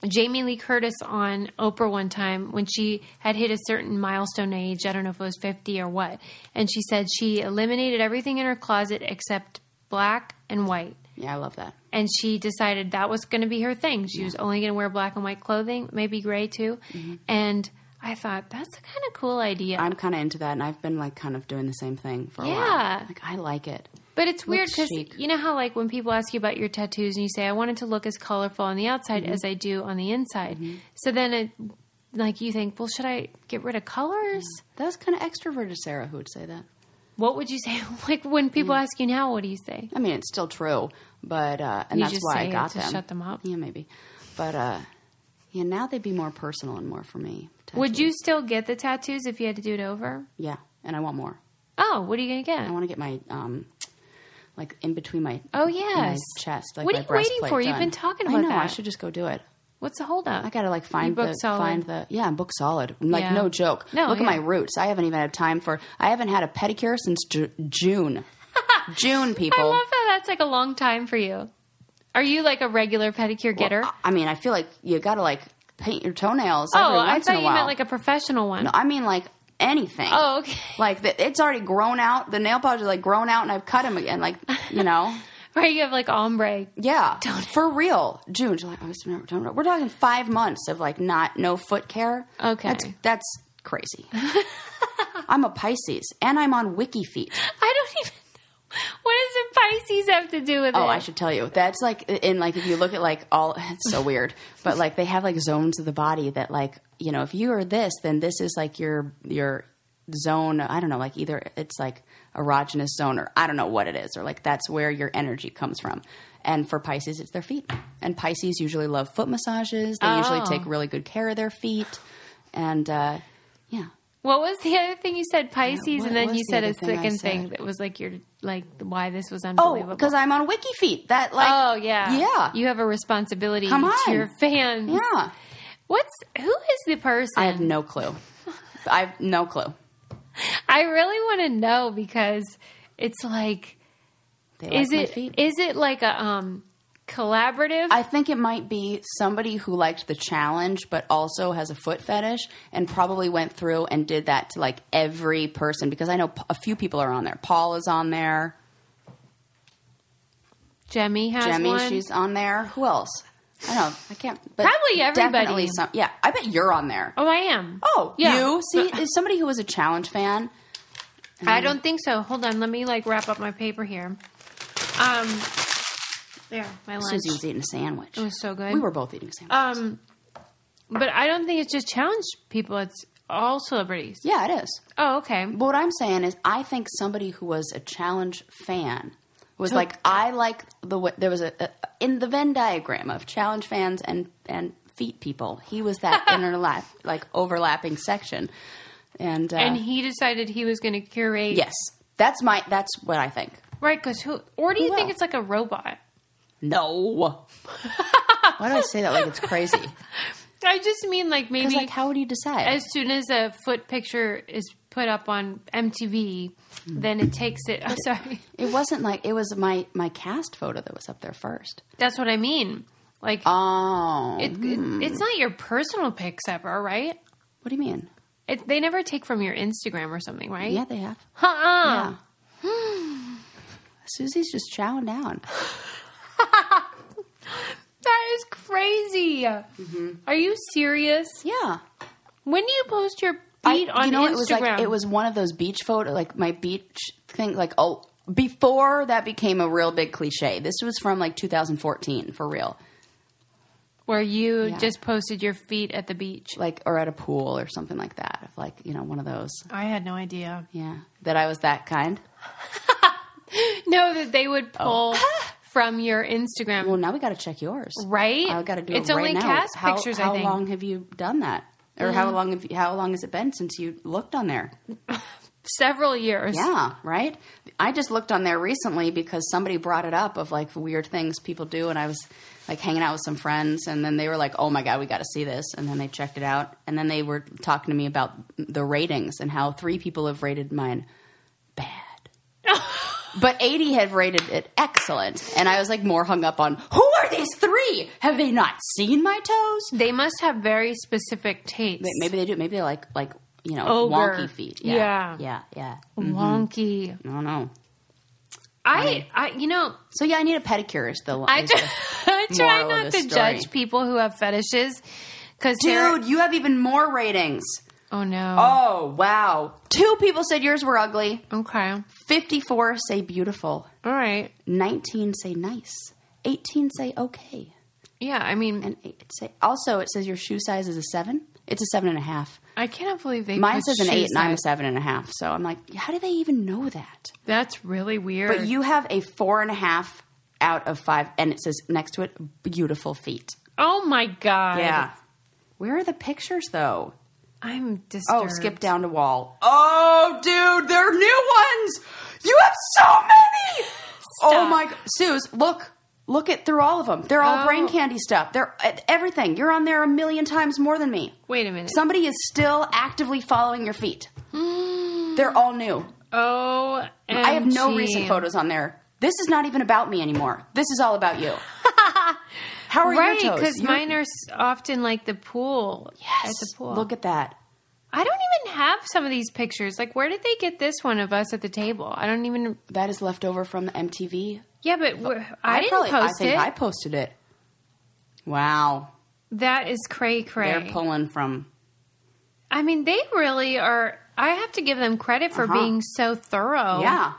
S1: Jamie Lee Curtis on Oprah one time when she had hit a certain milestone age. I don't know if it was fifty or what, and she said she eliminated everything in her closet except black and white
S2: Yeah, I love that.
S1: and she decided that was going to be her thing. She was only going to wear black and white clothing, maybe gray too.
S2: Mm-hmm.
S1: And I thought that's a kind of cool idea.
S2: I'm kind of into that, and I've been like kind of doing the same thing for a
S1: Yeah.
S2: while. Like I like it.
S1: but it's weird because
S2: chic.
S1: you know how like when people ask you about your tattoos and you say I wanted to look as colorful on the outside
S2: Mm-hmm.
S1: as I do on the inside. So then it like you think, well, should I get rid of colors?
S2: That was kind of extroverted Sarah who would say that.
S1: What would you say? like when people
S2: Mm.
S1: ask you now, what do you say?
S2: I mean, it's still true, but uh, and
S1: You
S2: that's
S1: just
S2: why
S1: say
S2: I got
S1: it to
S2: them.
S1: shut them up?
S2: Yeah, maybe. But uh, yeah, now they'd be more personal and more for me.
S1: Would
S2: tattoos.
S1: you still get the tattoos if you had to do it over?
S2: Yeah, and I want more.
S1: Oh, what are you gonna get?
S2: I want to get my um, like in between my
S1: Oh, yes.
S2: my chest. Like
S1: What
S2: my
S1: are you waiting
S2: breastplate
S1: for? You've
S2: done.
S1: been talking
S2: I
S1: about
S2: know. I
S1: that.
S2: should just go do it.
S1: What's the holdup?
S2: I gotta like find
S1: book
S2: the
S1: solid.
S2: find the yeah I'm book solid. I'm, like
S1: Yeah.
S2: no joke.
S1: No,
S2: look
S1: yeah.
S2: at my roots. I haven't even had time for. I haven't had a pedicure since Ju- June. June people.
S1: I love how that's like a long time for you. Are you like a regular pedicure getter?
S2: I- I mean, I feel like you gotta like paint your toenails every
S1: oh, I
S2: once
S1: thought
S2: in a
S1: you
S2: while.
S1: meant like a professional one.
S2: I mean, like anything.
S1: Oh, okay.
S2: Like the, it's already grown out. The nail polish is like grown out, and I've cut him again. Like you know,
S1: Or you have like ombre.
S2: yeah, for real. June, July, August, September, October. We're talking five months of like not no foot care.
S1: Okay.
S2: that's that's crazy. I'm a Pisces, and I'm on Wiki Feet.
S1: I don't even know. What does the Pisces have to do with it?
S2: Oh, I should tell you. That's like in like if you look at like all it's so weird. But like they have like zones of the body that like, you know, if you are this, then this is like your your zone, I don't know, like either it's like erogenous zone or I don't know what it is or like that's where your energy comes from. And for Pisces, it's their feet. And Pisces usually love foot massages. They usually
S1: Oh.
S2: take really good care of their feet. And uh yeah.
S1: What was the other thing you said? Pisces,
S2: what
S1: and then
S2: was
S1: you
S2: the
S1: said
S2: other
S1: a
S2: thing I
S1: second thing
S2: said?
S1: that was like your like why this was
S2: Oh,
S1: unbelievable.
S2: because I'm on Wiki Feet. That like
S1: oh yeah,
S2: Yeah.
S1: You have a responsibility
S2: Come
S1: to
S2: on.
S1: your fans.
S2: yeah.
S1: What's who is the person?
S2: I have no clue. I have no clue.
S1: I really want to know because it's like
S2: They
S1: is
S2: like my
S1: it
S2: feet.
S1: is it like a um collaborative?
S2: I think it might be somebody who liked the challenge, but also has a foot fetish, and probably went through and did that to like every person because I know p- a few people are on there. Paul is on there.
S1: Jemmy has
S2: Jemmy,
S1: one.
S2: she's on there. Who else? I don't. know. I can't. But
S1: Probably everybody.
S2: definitely Some, yeah, I bet you're on there.
S1: oh, I am.
S2: Oh, you see, is somebody who was a challenge fan.
S1: I don't think so. Hold on, let me like wrap up my paper here. Um, there, my lunch.
S2: Susie was eating a sandwich.
S1: It was so good.
S2: We were both eating sandwiches.
S1: Um, but I don't think it's just challenge people. It's all celebrities.
S2: yeah, it is.
S1: Oh, okay.
S2: But what I'm saying is, I think somebody who was a challenge fan was
S1: Took-
S2: like, I like the way there was a, a in the Venn diagram of challenge fans and and feet people. He was that interlap like overlapping section, and, uh,
S1: And he decided he was going to curate.
S2: yes, that's my that's what I think.
S1: Right? Because who? Or do you
S2: Who
S1: think
S2: else?
S1: it's like a robot?
S2: No, why do I say that like it's crazy?
S1: I just mean like maybe
S2: Because like, how would you decide?
S1: as soon as a foot picture is put up on MTV,
S2: Mm.
S1: then it takes it. I'm sorry.
S2: it wasn't like it was my my cast photo that was up there first.
S1: That's what I mean. Like
S2: Oh,
S1: it, it, it's not your personal pics ever, right?
S2: what do you mean?
S1: It, they never take from your Instagram or something, right?
S2: Yeah, they have.
S1: Huh?
S2: Yeah. Susie's just chowing down.
S1: That is crazy.
S2: Mm-hmm.
S1: Are you serious?
S2: Yeah.
S1: When do you post your feet on Instagram?
S2: it was like it was one of those beach photo, like my beach thing. Like oh, before that became a real big cliche. This was from like 2014 for real,
S1: where you
S2: Yeah.
S1: just posted your feet at the beach.
S2: like or at a pool or something like that. Of like you know one of those.
S1: I had no idea.
S2: Yeah, that I was that kind.
S1: No, that they would pull from your Instagram,
S2: Oh. Well, now we got to check yours.
S1: right?
S2: I got to do
S1: It's
S2: it right
S1: only
S2: now.
S1: cast
S2: how,
S1: pictures.
S2: How
S1: I think Mm-hmm.
S2: long have you done that? Or how long have you, how long has it been since you looked on there?
S1: several years.
S2: Yeah, right. I just looked on there recently because somebody brought it up of like weird things people do, and I was like hanging out with some friends, and then they were like, "Oh my god, we got to see this," and then they checked it out, and then they were talking to me about the ratings and how three people have rated mine bad, but eighty have rated it excellent, and I was like more hung up on who are these three? Have they not seen my toes?
S1: They must have very specific tastes.
S2: Wait, Maybe they do. Maybe they like like you know
S1: Ogre.
S2: wonky feet.
S1: Yeah.
S2: yeah, yeah. yeah.
S1: wonky.
S2: I don't know.
S1: I, I, you know,
S2: So yeah, I need a pedicure. Is the
S1: I,
S2: is
S1: tr-
S2: the-
S1: I try
S2: moral of
S1: not to
S2: this
S1: judge
S2: story.
S1: people who have fetishes because
S2: dude, you have even more ratings.
S1: Oh no.
S2: Oh wow! Two people said yours were ugly.
S1: Okay. All
S2: Fifty-four say beautiful.
S1: right.
S2: Nineteen say nice. Eighteen say okay.
S1: Yeah. I mean,
S2: And eight say also it says your shoe size is a seven. It's a seven and a half.
S1: I cannot believe they.
S2: Mine
S1: put
S2: says an eight,
S1: shoes
S2: and I'm
S1: on.
S2: a seven and a half. So I'm like, how do they even know that?
S1: That's really weird.
S2: But you have a four and a half out of five, and it says next to it, beautiful feet.
S1: oh my god.
S2: Where are the pictures though?
S1: I'm disturbed.
S2: Oh, skip down to wall. Oh, dude, they're new ones. You have so many. Oh my, Suze, look, look at through all of them. They're all
S1: Oh.
S2: brain candy stuff. They're at everything. You're on there a million times more than me.
S1: Wait a minute.
S2: Somebody is still actively following your feet. they're all new.
S1: oh,
S2: I have no recent photos on there. This is not even about me anymore. This is all about you. How are
S1: Right,
S2: your toes?
S1: because
S2: You-
S1: mine are s- often like the pool. Yes. At the pool.
S2: Look at that.
S1: I don't even have some of these pictures. Like, where did they get this one of us at the table? I don't even.
S2: That is left over from the MTV.
S1: Yeah, but wh- I, didn't
S2: probably,
S1: post
S2: Oh, I think
S1: it.
S2: I posted it. Wow,
S1: that is cray
S2: they're
S1: cray.
S2: pulling from.
S1: I mean, they really are. I have to give them credit for
S2: Uh-huh.
S1: being so thorough
S2: yeah,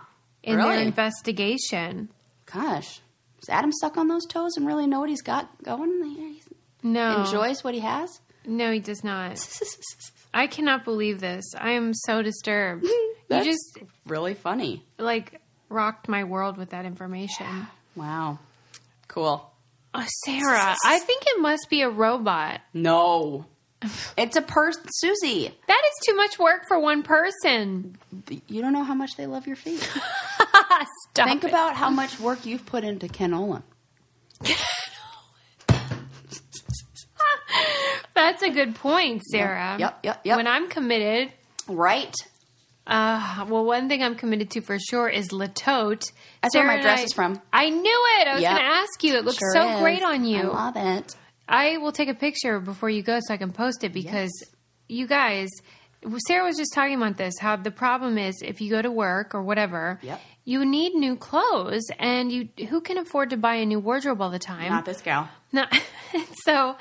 S1: in their
S2: really.
S1: investigation.
S2: Gosh, does Adam suck on those toes and really know what he's got going? He
S1: No,
S2: enjoys what he has.
S1: No, he does not. I cannot believe this. I am so disturbed. you
S2: That's
S1: just
S2: really funny.
S1: like rocked my world with that information.
S2: Wow, cool.
S1: Oh, Sarah, I think it must be a robot.
S2: No, it's a person, Susie.
S1: That is too much work for one person.
S2: You don't know how much they love your feet. Ah,
S1: Stop
S2: Think
S1: it.
S2: about how much work you've put into Ken Olin.
S1: That's a good point, Sarah.
S2: Yep, yep, yep.
S1: When I'm committed,
S2: Right.
S1: uh, well, one thing I'm committed to for sure is Latote.
S2: That's where my
S1: and
S2: dress
S1: I-
S2: is from.
S1: I knew it. I was
S2: Yep.
S1: going to ask you. It looks
S2: Sure
S1: so
S2: is.
S1: great on
S2: I
S1: you.
S2: love it.
S1: I will take a picture before you go so I can post it because you guys, Sarah was just talking about this how the problem is if you go to work or whatever,
S2: Yep.
S1: you need new clothes and you who can afford to buy a new wardrobe all the time?
S2: Not this gal.
S1: No. so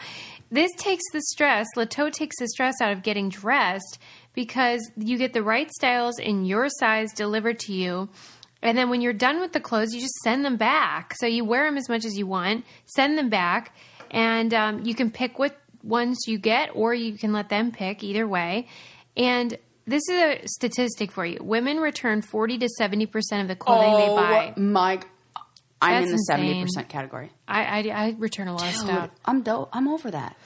S1: this takes the stress. Lato takes the stress out of getting dressed because you get the right styles in your size delivered to you. And then when you're done with the clothes, you just send them back. So you wear them as much as you want, send them back, and um, you can pick what ones you get or you can let them pick either way. And this is a statistic for you. Women return 40 to 70% of the clothing they buy.
S2: Oh my! I'm in the
S1: That's
S2: seventy
S1: insane.
S2: percent category.
S1: I, I, I return a lot of
S2: Dude,
S1: stuff.
S2: I'm do- I'm over that.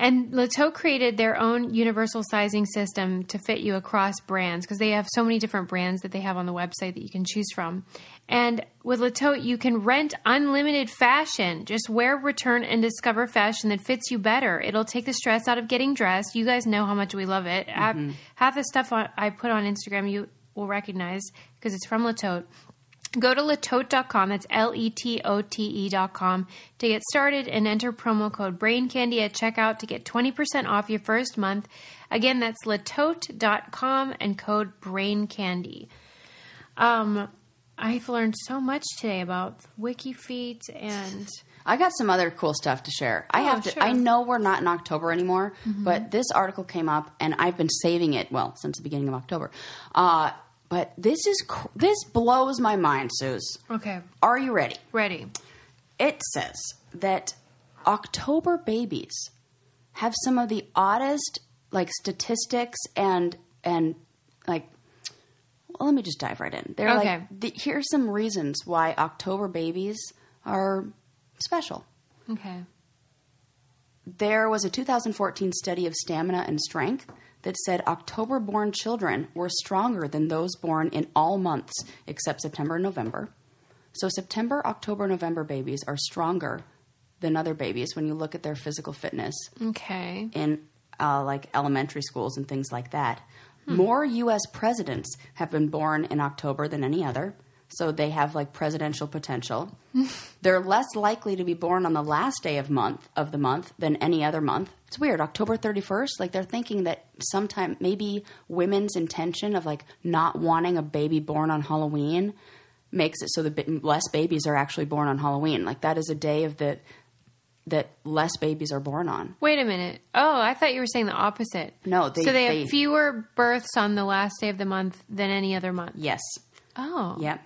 S1: And Lato created their own universal sizing system to fit you across brands because they have so many different brands that they have on the website that you can choose from. And with Lato, you can rent unlimited fashion. Just wear, return, and discover fashion that fits you better. It'll take the stress out of getting dressed. You guys know how much we love it. Half- Half the stuff on, I put on Instagram you will recognize because it's from Latote. Go to latote.com, that's L E T O T E.com, to get started and enter promo code BRAINCANDY at checkout to get 20% off your first month. Again, that's latote.com and code BRAINCANDY. Um, I've learned so much today about wiki feet and
S2: I got some other cool stuff to share. I
S1: Oh,
S2: have to.
S1: sure. Mm-hmm.
S2: I know we're not in October anymore, but this article came up, and I've been saving it well since the beginning of October. Uh, but this is cr- this blows my mind, Suze.
S1: okay,
S2: Are you ready?
S1: ready.
S2: It says that October babies have some of the oddest like statistics and and like well, let me just dive right in. They're
S1: Okay.
S2: like the, here's some reasons why October babies are special.
S1: Okay.
S2: There was a 2014 study of stamina and strength that said October born children were stronger than those born in all months except September and November. So, September, October, November babies are stronger than other babies when you look at their physical fitness
S1: Okay.
S2: in uh, like elementary schools and things like that. More U.S. presidents have been born in October than any other, so they have like presidential potential. They're less likely to be born on the last day of month of the month than any other month. It's weird. October thirty first, like they're thinking that sometime maybe women's intention of like not wanting a baby born on Halloween makes it so the bit less babies are actually born on Halloween. Like that is a day of the that less babies are born on.
S1: Wait a minute. Oh, I thought you were saying the opposite.
S2: No, they-
S1: so they have
S2: they-
S1: fewer births on the last day of the month than any other month.
S2: Yes.
S1: Oh,
S2: Yep.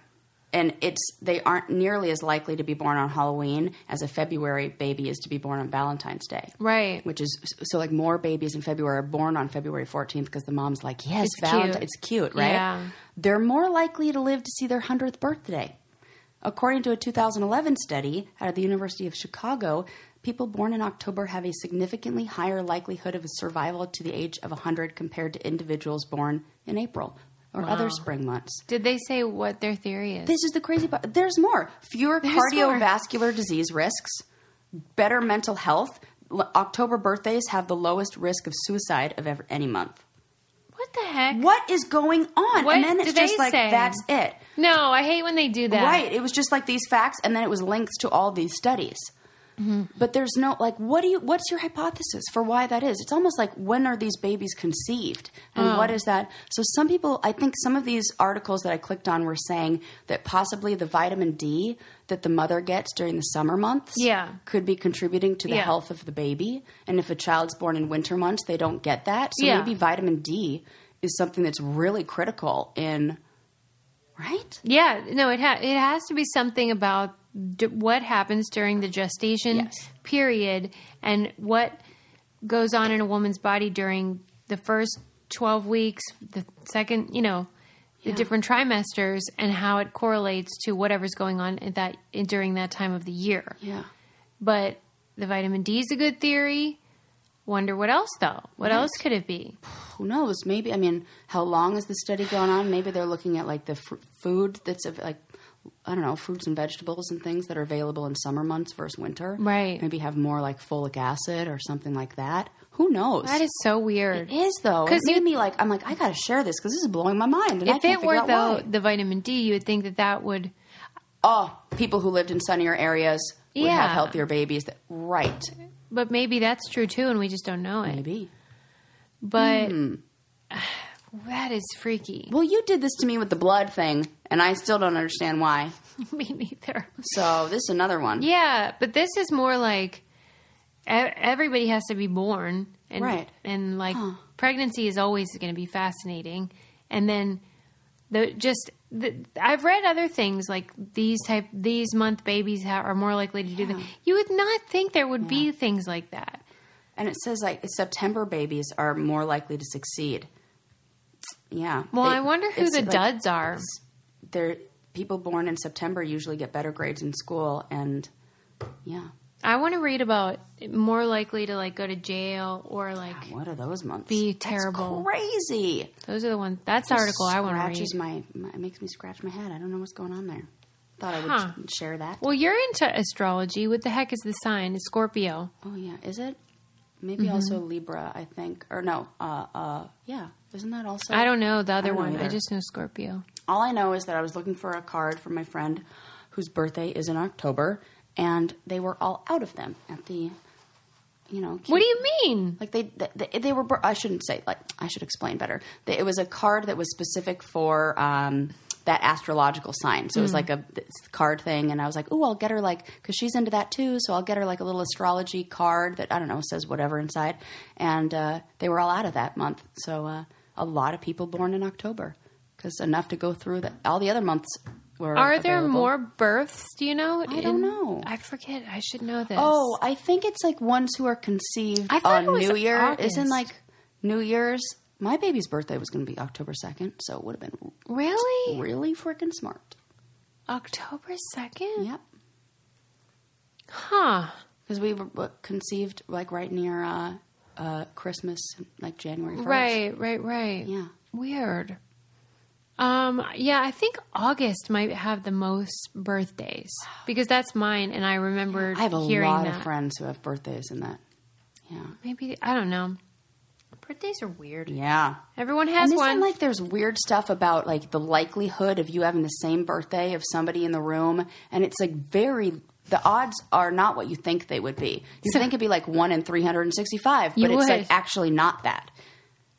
S2: And it's they aren't nearly as likely to be born on Halloween as a February baby is to be born on Valentine's Day.
S1: right.
S2: Which is so like more babies in February are born on February 14th because the mom's like, "Yes,
S1: It's
S2: Valentine,
S1: cute.
S2: it's cute, right?"
S1: Yeah.
S2: They're more likely to live to see their 100th birthday. According to a 2011 study out of the University of Chicago, people born in October have a significantly higher likelihood of survival to the age of 100 compared to individuals born in April or other spring months.
S1: Did they say what their theory is?
S2: This is the crazy part. There's more. Fewer
S1: more.
S2: cardiovascular disease risks, better mental health. L- October birthdays have the lowest risk of suicide of ever, any month.
S1: what the heck?
S2: What is going on?
S1: What
S2: and then it's
S1: do they
S2: just like
S1: say?
S2: that's it.
S1: No, I hate when they do that.
S2: Right. It was just like these facts, and then it was links to all these studies.
S1: Mm-hmm.
S2: But there's no like what do you what's your hypothesis for why that is? It's almost like when are these babies conceived? And what
S1: Oh.
S2: is that? So some people I think some of these articles that I clicked on were saying that possibly the vitamin D that the mother gets during the summer months
S1: Yeah.
S2: could be contributing to the
S1: Yeah.
S2: health of the baby. And if a child's born in winter months, they don't get that. So
S1: Yeah.
S2: maybe vitamin D is something that's really critical in right?
S1: Yeah, no, it ha- it has to be something about d- what happens during the gestation
S2: Yes.
S1: period and what goes on in a woman's body during the first 12 weeks, the second, you know, the different trimesters and how it correlates to whatever's going on at that during that time of the year.
S2: Yeah.
S1: But the vitamin D is a good theory. Wonder what else though? What else could it be?
S2: who knows? Maybe I mean, how long is the study going on? Maybe they're looking at like the fr- food that's av- like I don't know, fruits and vegetables and things that are available in summer months versus winter.
S1: Right.
S2: Maybe have more like folic acid or something like that. Who knows?
S1: That is so weird.
S2: it is though. It
S1: 'Cause
S2: made
S1: you-
S2: me like I'm like I gotta share this because this is blowing my mind. And I
S1: if
S2: can't
S1: it were
S2: figure out
S1: though
S2: why.
S1: the vitamin D, you would think that that would
S2: oh, people who lived in sunnier areas would have
S1: Yeah.
S2: healthier babies. That, right?
S1: But maybe that's true too, and we just don't know it.
S2: Maybe.
S1: But that is freaky.
S2: Well, you did this to me with the blood thing, and I still don't understand why.
S1: Me neither.
S2: So this is another one.
S1: Yeah, but this is more like e- everybody has to be born, and
S2: Right.
S1: and like
S2: Huh.
S1: pregnancy is always going to be fascinating, and then the just. The, I've read other things like these type these month babies ha- are more likely to do that. You would not think there would be things like that.
S2: And it says like September babies are more likely to succeed. Yeah.
S1: Well,
S2: They-
S1: I wonder who
S2: it's
S1: the
S2: like
S1: duds are.
S2: They're people born in September usually get better grades in school, and yeah,
S1: I want to read about more likely to like go to jail or like
S2: what are those months?
S1: Be
S2: That's
S1: terrible.
S2: crazy.
S1: those are the ones. That's the article I want to read.
S2: Scratches my, my it makes me scratch my head. I don't know what's going on there. Thought I would
S1: Huh.
S2: sh- share that.
S1: Well, you're into astrology. What the heck is the sign? It's Scorpio.
S2: Oh yeah, is it? Maybe
S1: Mm-hmm.
S2: also Libra, I think, or no? Uh, uh, yeah, isn't that also?
S1: I don't know the other
S2: don't know
S1: one. I
S2: either.
S1: just know Scorpio.
S2: All I know is that I was looking for a card from my friend whose birthday is in October, and they were all out of them at the, you know.
S1: What do you mean?
S2: like they, they they were bur- I shouldn't say like I should explain better. They- It was a card that was specific for um, that astrological sign. So it
S1: Mm.
S2: was like a this card thing, and I was like, "Ooh, I'll get her like because she's into that too." So I'll get her like a little astrology card that I don't know says whatever inside. And uh, they were all out of that month. So uh, a lot of people born in October because enough to go through that. All the other months were.
S1: Are there
S2: available.
S1: more births? Do you know?
S2: I don't know.
S1: I forget. I should know this.
S2: Oh, I think it's like ones who are conceived
S1: I thought
S2: on
S1: it was
S2: New Year. Isn't
S1: August.
S2: like New Year's? My baby's birthday was going to be October 2nd, so it would have been
S1: really?
S2: really freaking smart.
S1: October second?
S2: Yep.
S1: Huh?
S2: Because we were uh, conceived like right near uh, uh, Christmas, like January 1st.
S1: Right, right, right.
S2: Yeah.
S1: Weird. Um, yeah, I think August might have the most birthdays because that's mine, and I remember
S2: I have a
S1: hearing
S2: lot
S1: that.
S2: of friends who have birthdays in that. Yeah.
S1: Maybe I don't know. Birthdays are weird.
S2: Yeah.
S1: Everyone
S2: And
S1: has
S2: isn't
S1: one.
S2: like there's weird stuff about like the likelihood of you having the same birthday of somebody in the room, and it's like very. The odds are not what you think they would be. You
S1: So-
S2: think it'd be like one in three hundred and sixty-five, but
S1: You
S2: it's like
S1: would.
S2: actually not that.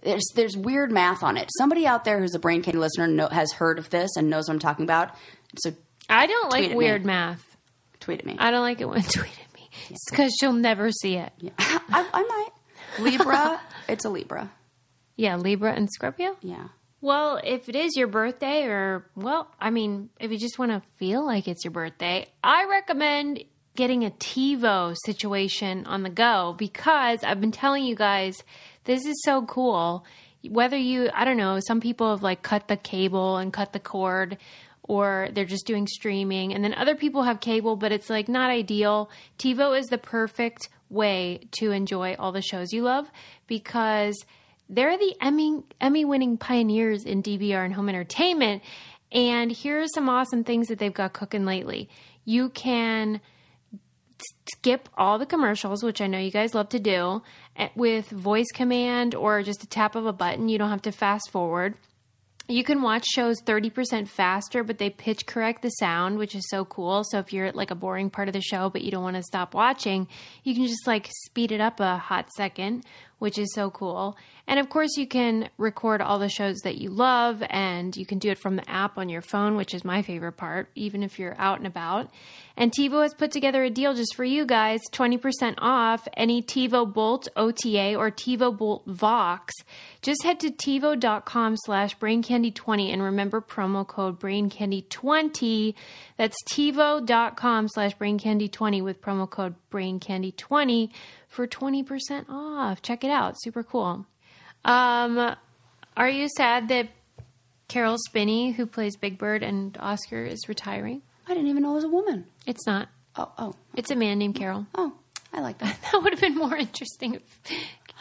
S2: There's there's weird math on it. Somebody out there who's a brain candy listener know, has heard of this and knows what I'm talking about. So
S1: I don't
S2: Tweet
S1: like
S2: at
S1: weird
S2: me.
S1: math.
S2: tweet at me. I,
S1: I don't like it when tweet at me. It's because you'll never see it. Yeah.
S2: I, might Libra. it's a Libra.
S1: Libra and Scorpio.
S2: Yeah.
S1: Well, if it is your birthday, or well, I mean, if you just want to feel like it's your birthday, I recommend getting a TiVo situation on the go because I've been telling you guys this is so cool. Whether you, I don't know, some people have like cut the cable and cut the cord, or they're just doing streaming, and then other people have cable, but it's like not ideal. TiVo is the perfect way to enjoy all the shows you love because they're the Emmy Emmy winning pioneers in DVR and home entertainment. And here are some awesome things that they've got cooking lately. You can skip all the commercials, which I know you guys love to do, eh, with voice command or just a tap of a button. You don't have to fast forward. you can watch shows 30% faster, but they pitch correct the sound, which is so cool. So if you're at like a boring part of the show, but you don't want to stop watching, you can just like speed it up a hot second, which is so cool. And of course, you can record all the shows that you love and you can do it from the app on your phone, which is my favorite part, even if you're out and about. And TiVo has put together a deal just for you guys 20% off any TiVo Bolt OTA or TiVo Bolt Vox. Just head to TiVo.com slash BrainCandy20 and remember promo code BrainCandy20. That's TiVo.com slash BrainCandy20 with promo code BrainCandy20 for 20% off. Check it out. Super cool. Um, are you sad that Carol Spinney, who plays Big Bird and Oscar, is retiring?
S2: I didn't even know it was a woman.
S1: It's not.
S2: Oh, oh,
S1: It's a man named Carol.
S2: oh. I like that.
S1: That would have been more interesting. if-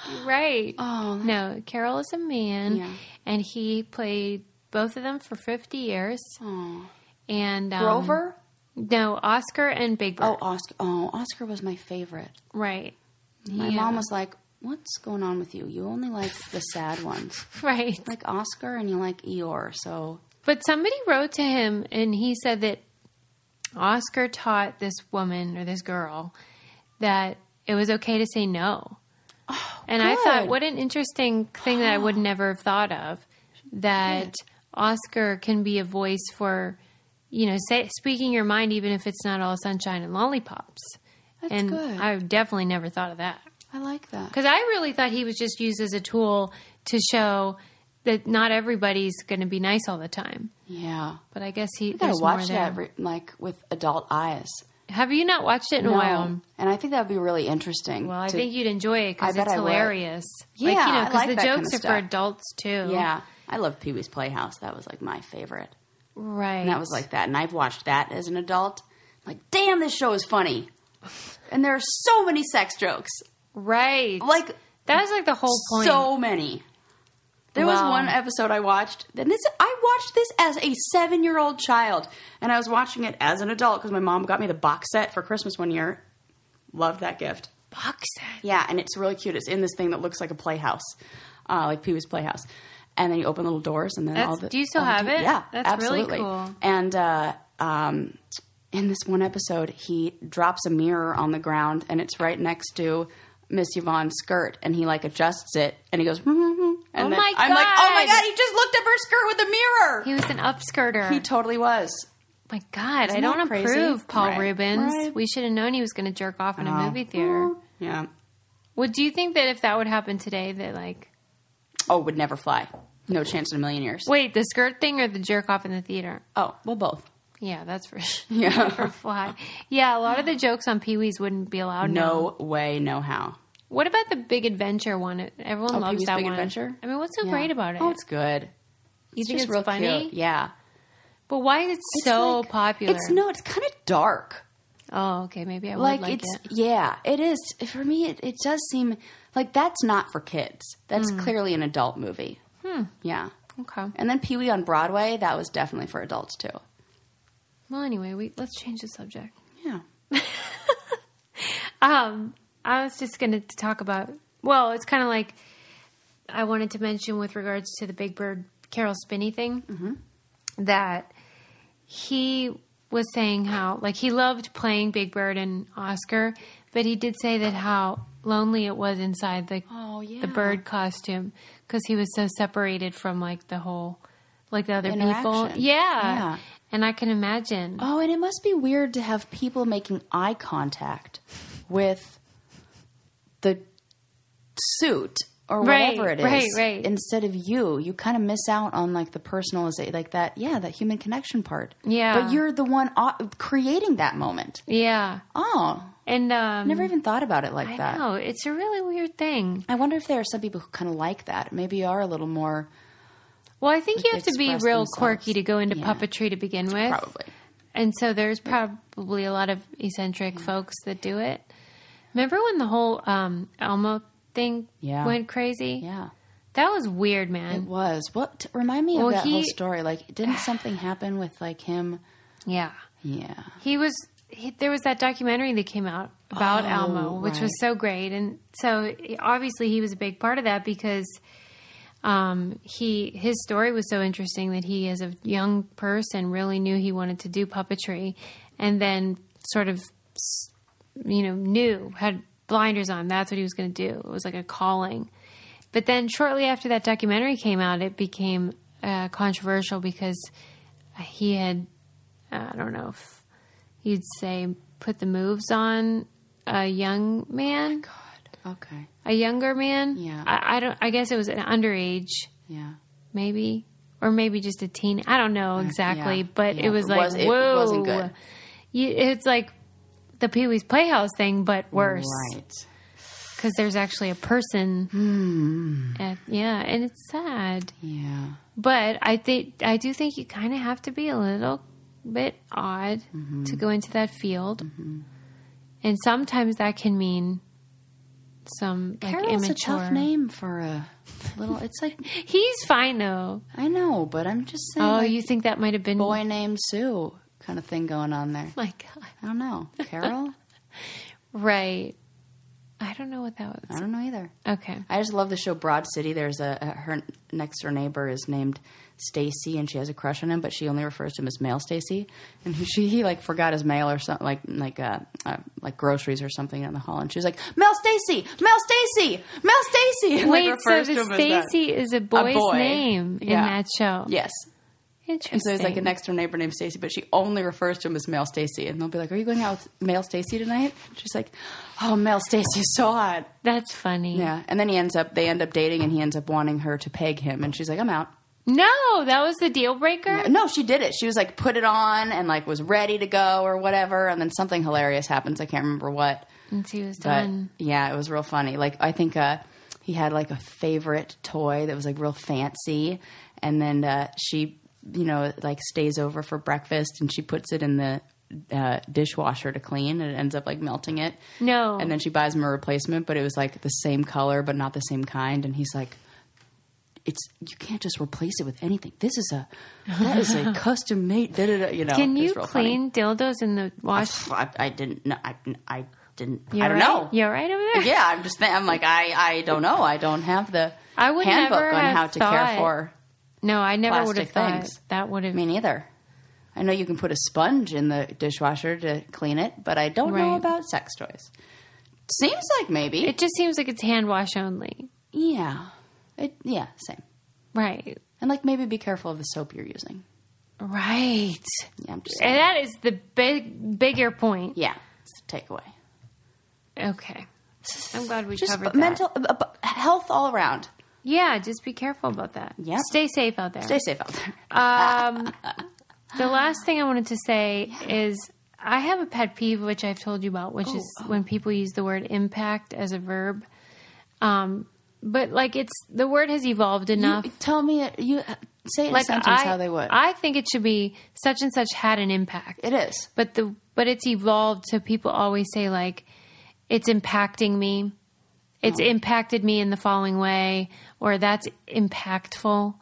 S1: You're right.
S2: Oh, that-
S1: no, Carol is a man,
S2: Yeah.
S1: and he played both of them for 50 years.
S2: Oh.
S1: And um,
S2: Grover?
S1: No, Oscar and Big Bird.
S2: Oh, Oscar. Oh, Oscar was my favorite.
S1: right.
S2: My
S1: Yeah.
S2: mom was like, "What's going on with you? You only like the sad ones,
S1: right.
S2: You like Oscar, and you like Eeyore." So
S1: But somebody wrote to him and he said that Oscar taught this woman or this girl that it was okay to say no. and I thought,
S2: Oh, good.
S1: what an interesting thing that I would never have thought of that Oscar can be a voice for, you know, say, speaking your mind, even if it's not all sunshine and lollipops.
S2: that's
S1: and
S2: good. I,
S1: I definitely never thought of that.
S2: like that.
S1: Because I really thought he was just used as a tool to show that not everybody's going to be nice all the time.
S2: Yeah,
S1: But I guess he.
S2: you gotta
S1: there's more
S2: watch
S1: there.
S2: that re- like with adult eyes.
S1: Have you not watched it in a while?
S2: and I think that would be really interesting.
S1: Well, I
S2: to-
S1: think you'd enjoy it
S2: I
S1: because
S2: bet
S1: it's
S2: I would.
S1: hilarious. like,
S2: Yeah,
S1: you know,
S2: I
S1: because
S2: like
S1: the
S2: that
S1: jokes
S2: kinda
S1: are for
S2: stuff.
S1: adults too.
S2: Yeah, I love Pee Wee's Playhouse. That was like my favorite.
S1: right.
S2: And that was like that. And I've watched that as an adult. Like, damn, this show is funny. And there are so many sex jokes.
S1: right.
S2: Like,
S1: that was like the whole point.
S2: so many. There was
S1: Wow.
S2: one episode I watched. And this I watched this as a seven-year-old child, and I was watching it as an adult because my mom got me the box set for Christmas one year. Loved that gift.
S1: box set.
S2: Yeah, and it's really cute. It's in this thing that looks like a playhouse, uh, like Pee Wee's Playhouse. And then you open little doors, and then
S1: That's-
S2: all the
S1: do you still
S2: all the
S1: have
S2: ta-
S1: it?
S2: Yeah,
S1: That's really
S2: absolutely.
S1: cool.
S2: And uh, um, in this one episode, he drops a mirror on the ground, and it's right next to Miss Yvonne's skirt, and he like adjusts it, and he goes, "Mhm, mhm," and then
S1: Oh my
S2: I'm like, oh my
S1: God.
S2: god, he just looked up her skirt with a mirror.
S1: He was an upskirter.
S2: He totally was.
S1: My God, I
S2: Isn't
S1: don't
S2: that crazy?
S1: approve Paul
S2: Right.
S1: Rubens.
S2: Right.
S1: We should have known he was going to jerk off in a
S2: know.
S1: movie theater.
S2: Yeah.
S1: Well, do you think that if that would happen today, that like,
S2: Oh, would never fly. No chance in a million years.
S1: wait, the skirt thing or the jerk off in the theater?
S2: Oh, well, both.
S1: Yeah, that's for sure.
S2: Yeah.
S1: fly. Yeah, a lot of the jokes on Pee Wee's wouldn't be allowed. now.
S2: no way, no how.
S1: What about the Big Adventure one? Everyone
S2: Oh,
S1: loves
S2: Pee-wee's
S1: that
S2: Big
S1: one.
S2: Adventure?
S1: I mean, what's so
S2: Yeah.
S1: great about it?
S2: Oh, it's good.
S1: you
S2: It's
S1: think
S2: just
S1: it's
S2: real
S1: funny?
S2: cute. Yeah.
S1: But why is it
S2: It's
S1: so
S2: like-
S1: popular?
S2: It's no, it's kind of dark.
S1: oh, okay, maybe I would
S2: Like,
S1: like,
S2: it's
S1: it.
S2: yeah, it is. For me it, it does seem like that's not for kids. That's clearly an adult movie. Hmm. Yeah.
S1: Hmm. Okay.
S2: And then Pee-wee on Broadway, that was definitely for adults too.
S1: Well, anyway, we let's change the subject.
S2: Yeah.
S1: Um, I was just going to talk about. Well, it's kind of like I wanted to mention with regards to the Big Bird Carol Spinney thing Mm-hmm. that he was saying how like he loved playing Big Bird and Oscar, but he did say that how lonely it was inside the
S2: Oh, yeah.
S1: the bird costume because he was so separated from like the whole like the other people. Yeah.
S2: Interaction. Yeah.
S1: And I can imagine.
S2: Oh, and it must be weird to have people making eye contact with the suit or
S1: Right,
S2: whatever it is.
S1: right, right.
S2: Instead of you, you kind of miss out on like the personalization, like that, yeah, that human connection part.
S1: Yeah.
S2: But you're the one au- creating that moment.
S1: Yeah.
S2: Oh,
S1: And um
S2: never even thought about it like
S1: I
S2: that.
S1: know. It's a really weird thing.
S2: I wonder if there are some people who kind of like that. Maybe you are a little more
S1: Well, I think you have to be real
S2: express themselves.
S1: quirky to go into
S2: Yeah.
S1: puppetry to begin with.
S2: probably.
S1: And so there's probably a lot of eccentric folks that do it. Remember when the whole um, Elmo thing
S2: Yeah.
S1: went crazy?
S2: Yeah.
S1: That was weird,
S2: It
S1: man.
S2: was. What remind me
S1: Well,
S2: of that whole
S1: he-
S2: story? Like, didn't something happen with like him?
S1: yeah.
S2: Yeah.
S1: He was, he, there was that documentary that came out about
S2: Oh,
S1: Elmo, which was
S2: right.
S1: so great. And so obviously he was a big part of that because um, he his story was so interesting that he, as a young person, really knew he wanted to do puppetry, and then sort of, s- you know, knew had blinders on. That's what he was going to do. It was like a calling. But then, shortly after that documentary came out, it became uh, controversial because he had, I don't know if you'd say, put the moves on a young man
S2: Okay.
S1: a younger man.
S2: Yeah.
S1: I, I don't. I guess it was an underage,
S2: Yeah.
S1: maybe, or maybe just a teen. I don't know exactly,
S2: Uh, yeah,
S1: but
S2: yeah.
S1: it was
S2: It
S1: like
S2: was- it
S1: whoa,
S2: wasn't good.
S1: You, it's like the Pee Wee's Playhouse thing, but worse
S2: Right. Mm.
S1: because there's actually a person.
S2: Hmm.
S1: At, yeah, and it's sad,
S2: Yeah.
S1: but I think I do think you kind of have to be a little bit odd
S2: Mm-hmm.
S1: to go into that field, and sometimes that can mean. Some like
S2: Carol's a
S1: immature.
S2: tough name for a little. It's like
S1: He's fine though.
S2: I know, but I'm just saying.
S1: Oh,
S2: like,
S1: you think that might have been
S2: boy named Sue kind of thing going on there.
S1: My God,
S2: I don't know. Carol?
S1: right? I don't know what that
S2: I
S1: was.
S2: don't know either.
S1: Okay,
S2: I just love the show Broad City. There's a, a her next door neighbor is named Stacy, and she has a crush on him, but she only refers to him as Mail Stacy. And he- she he like forgot his mail or something like like uh, uh like groceries or something in the hall, and she was like Mail Stacy, Mail Stacy, Mail Stacy.
S1: wait.
S2: like,
S1: so
S2: refers to
S1: the
S2: him as that.
S1: Stacy is a boy's
S2: boy.
S1: name
S2: Yeah.
S1: in that show.
S2: Yes.
S1: interesting.
S2: And so he's like a next door neighbor named Stacy, but she only refers to him as Mail Stacy. And they'll be like, Are you going out with Mail Stacy tonight? She's like, Oh, Mail Stacy is so hot.
S1: That's funny.
S2: Yeah. And then he ends up, they end up dating and he ends up wanting her to peg him. And she's like, I'm out.
S1: No, that was the deal breaker.
S2: No, she did it. She was like, put it on and like was ready to go or whatever. And then something hilarious happens. I can't remember what.
S1: And she was
S2: But
S1: done.
S2: yeah, it was real funny. Like, I think uh, he had like a favorite toy that was like real fancy. And then uh, she, you know, like stays over for breakfast and she puts it in the uh, dishwasher to clean and it ends up like melting it.
S1: no,
S2: And then she buys him a replacement, but it was like the same color, but not the same kind. And he's like, "It's you can't just replace it with anything. This is a that is a custom made. Da, da, da, you know,
S1: can
S2: it's
S1: you
S2: real funny.
S1: clean dildos in the wash?
S2: I, I didn't. know. I, I didn't.
S1: You're
S2: I don't
S1: right?
S2: know.
S1: You're right over there.
S2: Yeah, I'm just. Th- I'm like, I, I don't know. I don't have the
S1: I would
S2: handbook
S1: never
S2: on
S1: have
S2: how to
S1: thought-
S2: care for.
S1: No, I never would have
S2: Plastic
S1: thought
S2: things.
S1: that would have.
S2: Me neither. I know you can put a sponge in the dishwasher to clean it, but I don't know
S1: Right.
S2: about sex toys. Seems like maybe.
S1: it just seems like it's hand wash only,
S2: yeah. It, yeah, same.
S1: right?
S2: And like maybe be careful of the soap you're using.
S1: Right.
S2: Yeah, I'm just
S1: And
S2: saying.
S1: that is the big bigger point.
S2: yeah, it's the takeaway.
S1: Okay. I'm glad we
S2: Just
S1: covered that.
S2: mental uh, uh, health all around.
S1: Yeah, just be careful about that.
S2: Yep.
S1: Stay safe out there.
S2: Stay safe out there.
S1: um, the last thing I wanted to say is I have a pet peeve, which I've told you about, which is when people use the word impact as a verb. Um, but like it's the word has evolved enough.
S2: You- tell me, it- you uh, say it in a
S1: like
S2: sentence
S1: I,
S2: how they would.
S1: I think it should be such and such had an impact.
S2: it is.
S1: but the but it's evolved so people always say like it's impacting me it's
S2: Mm.
S1: impacted me in the following way or that's impactful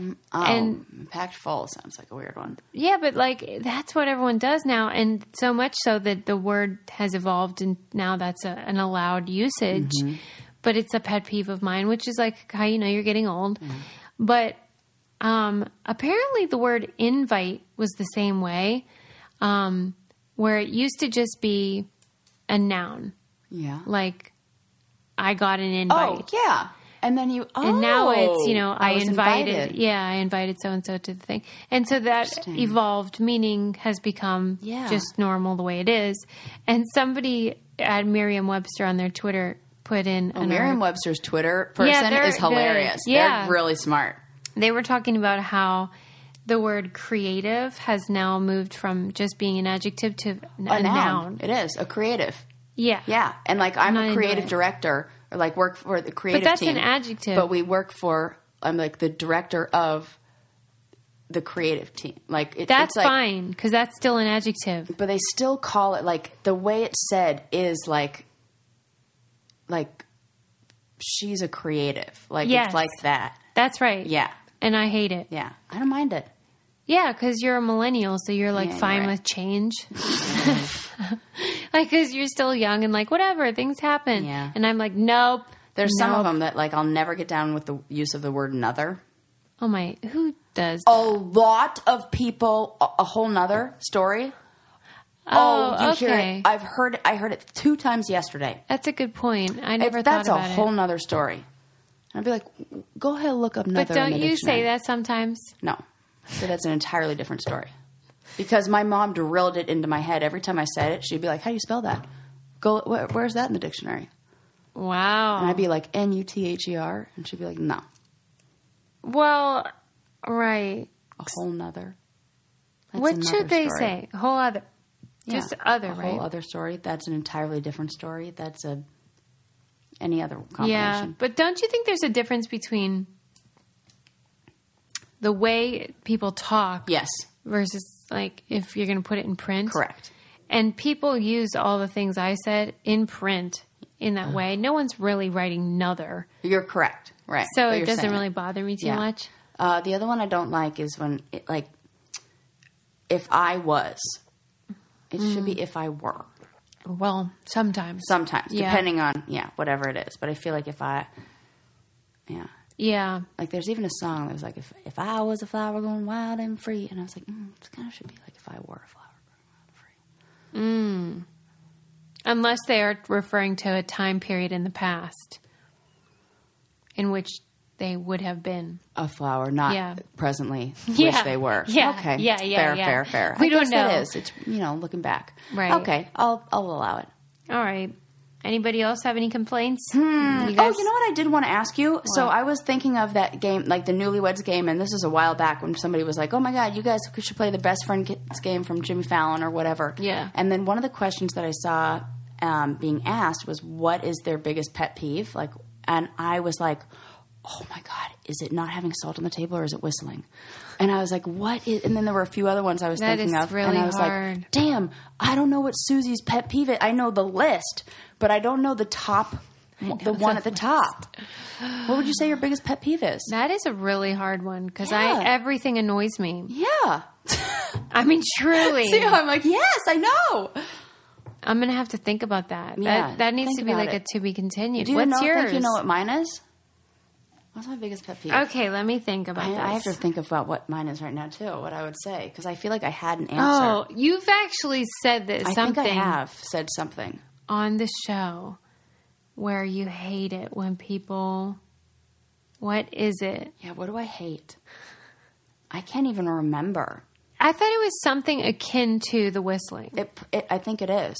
S2: Oh,
S1: And-
S2: impactful sounds like a weird one.
S1: yeah but like that's what everyone does now and so much so that the word has evolved and now that's a, an allowed usage but it's a pet peeve of mine which is like how you know you're getting old but um apparently the word invite was the same way um where it used to just be a noun
S2: Yeah.
S1: like I got an
S2: Oh,
S1: invite.
S2: yeah. And then you. Oh,
S1: And now it's, you know, I,
S2: was
S1: invited, yeah, I invited so and so to the thing. And so that
S2: Interesting.
S1: evolved meaning has become
S2: Yeah.
S1: just normal the way it is. And somebody at Merriam Webster on their Twitter put in an
S2: Oh, Merriam
S1: article.
S2: Webster's Twitter person
S1: they're-
S2: is hilarious.
S1: they- yeah.
S2: They're really smart.
S1: They were talking about how the word creative has now moved from just being an adjective to a,
S2: A
S1: noun.
S2: noun. It is a creative.
S1: Yeah.
S2: Yeah, and like I'm
S1: Not
S2: a
S1: into
S2: creative
S1: it.
S2: director, or like work for the creative.
S1: that's
S2: team,
S1: an adjective.
S2: But we work for. I'm like the director of the creative team. Like it,
S1: That's
S2: it's like,
S1: fine because that's still an adjective.
S2: But they still call it like the way it's said is like, like she's a creative. Like
S1: Yes.
S2: it's like that.
S1: That's right.
S2: Yeah,
S1: And I hate it.
S2: yeah. I don't mind it.
S1: Yeah, because you're a millennial, so you're like
S2: Yeah, you're
S1: fine
S2: right.
S1: with change. like, because you're still young and like, whatever, things happen.
S2: Yeah.
S1: And I'm like, nope,
S2: There's some of them that like I'll never get down with the use of the word another.
S1: Oh my, who does?
S2: A lot of people, a, a whole nother story.
S1: Oh,
S2: you
S1: okay.
S2: hear it. I've heard. I heard it two times yesterday.
S1: That's a good point. I
S2: It's-
S1: never thought
S2: that's a
S1: about
S2: whole
S1: it.
S2: nother story. I'd be like, w- go ahead, and look up another.
S1: But don't
S2: in the
S1: you say
S2: dictionary.
S1: that sometimes?
S2: No. So that's an entirely different story. Because my mom drilled it into my head every time I said it. She'd be like, "How do you spell that? Go. Wh- where's that in the dictionary?"
S1: Wow.
S2: And I'd be like, "N u t h e r," and she'd be like, "No,
S1: well, right.
S2: a whole nother." That's
S1: what
S2: another
S1: should they
S2: story.
S1: say? Whole other. Just
S2: Yeah.
S1: other,
S2: a
S1: right?
S2: whole other story. That's an entirely different story. That's a any other combination.
S1: yeah. But don't you think there's a difference between the way people talk
S2: Yes,
S1: versus like if you're going to put it in print?
S2: correct.
S1: And people use all the things I said in print in that way. No one's really writing nother.
S2: You're correct. Right.
S1: So
S2: But
S1: it
S2: you're
S1: doesn't
S2: saying
S1: really bother me too
S2: Yeah.
S1: much.
S2: Uh, the other one I don't like is when, it, like, if I was, it should
S1: Mm.
S2: be if I were.
S1: Well, sometimes.
S2: Sometimes,
S1: Yeah.
S2: depending on yeah, whatever it is. But I feel like if I, yeah,
S1: Yeah.
S2: like there's even a song that was like if if I was a flower going wild and free, and I was like, mm, it kind of should be like if I were a flower going wild and free.
S1: Unless they are referring to a time period in the past in which they would have been.
S2: a flower, not
S1: Yeah.
S2: presently wish
S1: Yeah.
S2: they were.
S1: Yeah.
S2: Okay.
S1: Yeah, yeah,
S2: fair,
S1: yeah.
S2: fair, fair.
S1: We
S2: I
S1: don't
S2: guess that
S1: know.
S2: is. It's you know, looking back.
S1: Right.
S2: Okay. I'll I'll allow it.
S1: All right. Anybody else have any complaints? You
S2: Oh,
S1: guys-
S2: you know what I did want to ask you? So I was thinking of that game, like the Newlyweds game, and this is a while back when somebody was like, "Oh my God, you guys should play the best friend kids game from Jimmy Fallon or whatever."
S1: Yeah.
S2: And then one of the questions that I saw um, being asked was, "What is their biggest pet peeve?" Like, and I was like, "Oh my God, is it not having salt on the table or is it whistling?" And I was like, "What is?" And then there were a few other ones I was
S1: That
S2: thinking
S1: is
S2: of,
S1: really
S2: and I was
S1: hard.
S2: like, "Damn, I don't know what Susie's pet peeve. Is. I know the list, but I don't know the top." the one
S1: the
S2: at the top. What would you say your biggest pet peeve is?
S1: That is a really hard one because
S2: Yeah.
S1: I everything annoys me.
S2: yeah.
S1: I mean, truly,
S2: See, I'm like, yes, I know.
S1: I'm gonna have to think about that.
S2: Yeah,
S1: that, that needs
S2: think
S1: to be
S2: about
S1: like
S2: it.
S1: a to be continued.
S2: Do you
S1: What's
S2: know,
S1: yours?
S2: think you know what mine is? What's my biggest pet peeve?
S1: Okay, let me think about
S2: I,
S1: this.
S2: I have to think about what mine is right now too. What I would say because I feel like I had an answer.
S1: oh, you've actually said this
S2: I
S1: something
S2: think I have said something.
S1: on the show where you hate it when people. What is it?
S2: Yeah. What do I hate? I can't even remember.
S1: I thought it was something akin to the whistling.
S2: It. it I think it is.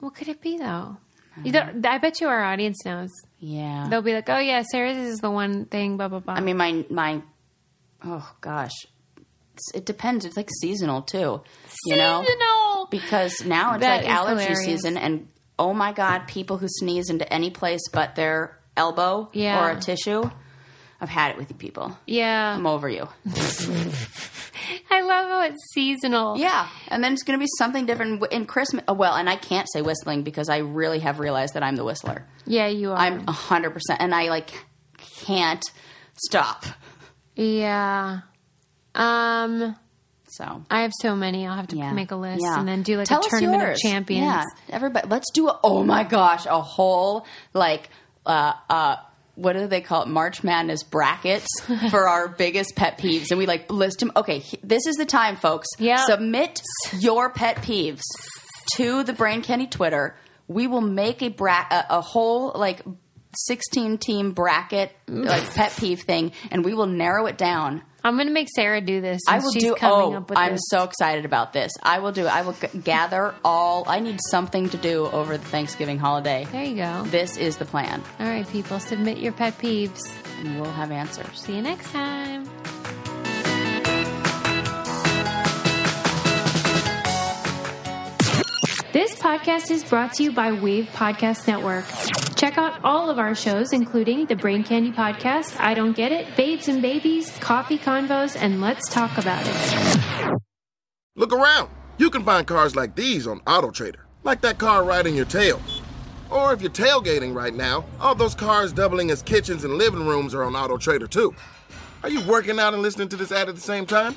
S1: What could it be though? You don't,
S2: Uh-huh.
S1: I bet you our audience knows.
S2: Yeah.
S1: They'll be like, "Oh yeah, Sarah's is the one thing." Blah blah blah.
S2: I mean, my my. Oh gosh, It's- it depends. It's like seasonal too. You know.
S1: Seasonal.
S2: because now it's
S1: That
S2: like
S1: is
S2: allergy
S1: hilarious.
S2: season and oh my god people who sneeze into any place but their elbow
S1: Yeah.
S2: or a tissue i've had it with you people
S1: yeah,
S2: i'm over you
S1: I love how it's seasonal.
S2: yeah and then it's going to be something different w- in christmas oh, well and i can't say whistling because i really have realized that i'm the whistler
S1: Yeah, you are.
S2: i'm 100% and i like can't stop
S1: yeah. Um,
S2: so
S1: I have so many. I'll have to
S2: yeah.
S1: make a list
S2: Yeah.
S1: and then do like
S2: Tell
S1: a
S2: us
S1: tournament
S2: yours.
S1: of champions.
S2: Yeah, everybody. Let's do a, oh my gosh, a whole like uh uh what do they call it? March Madness brackets for our biggest pet peeves, and we like list them. Okay, he- this is the time, folks.
S1: Yeah.
S2: submit your pet peeves to the Brain Candy Twitter. We will make a bra- a, a whole like. 16 team bracket like pet peeve thing and we will narrow it down
S1: I'm gonna make Sarah do this.
S2: I
S1: and
S2: will
S1: she's
S2: do.
S1: Coming
S2: Oh,
S1: up with
S2: I'm
S1: this.
S2: so excited about this. I will do. I will g- gather all. I need something to do over the Thanksgiving holiday.
S1: There you go.
S2: This is the plan,
S1: All right, people, submit your pet peeves.
S2: and we'll have answers.
S1: See you next time. This podcast is brought to you by Wave Podcast Network. Check out all of our shows, including the Brain Candy Podcast, I Don't Get It, Babes and Babies, Coffee Convos, and Let's Talk About It.
S3: Look around. You can find cars like these on AutoTrader, like that car riding your tail. Or if you're tailgating right now, all those cars doubling as kitchens and living rooms are on AutoTrader too. Are you working out and listening to this ad at the same time?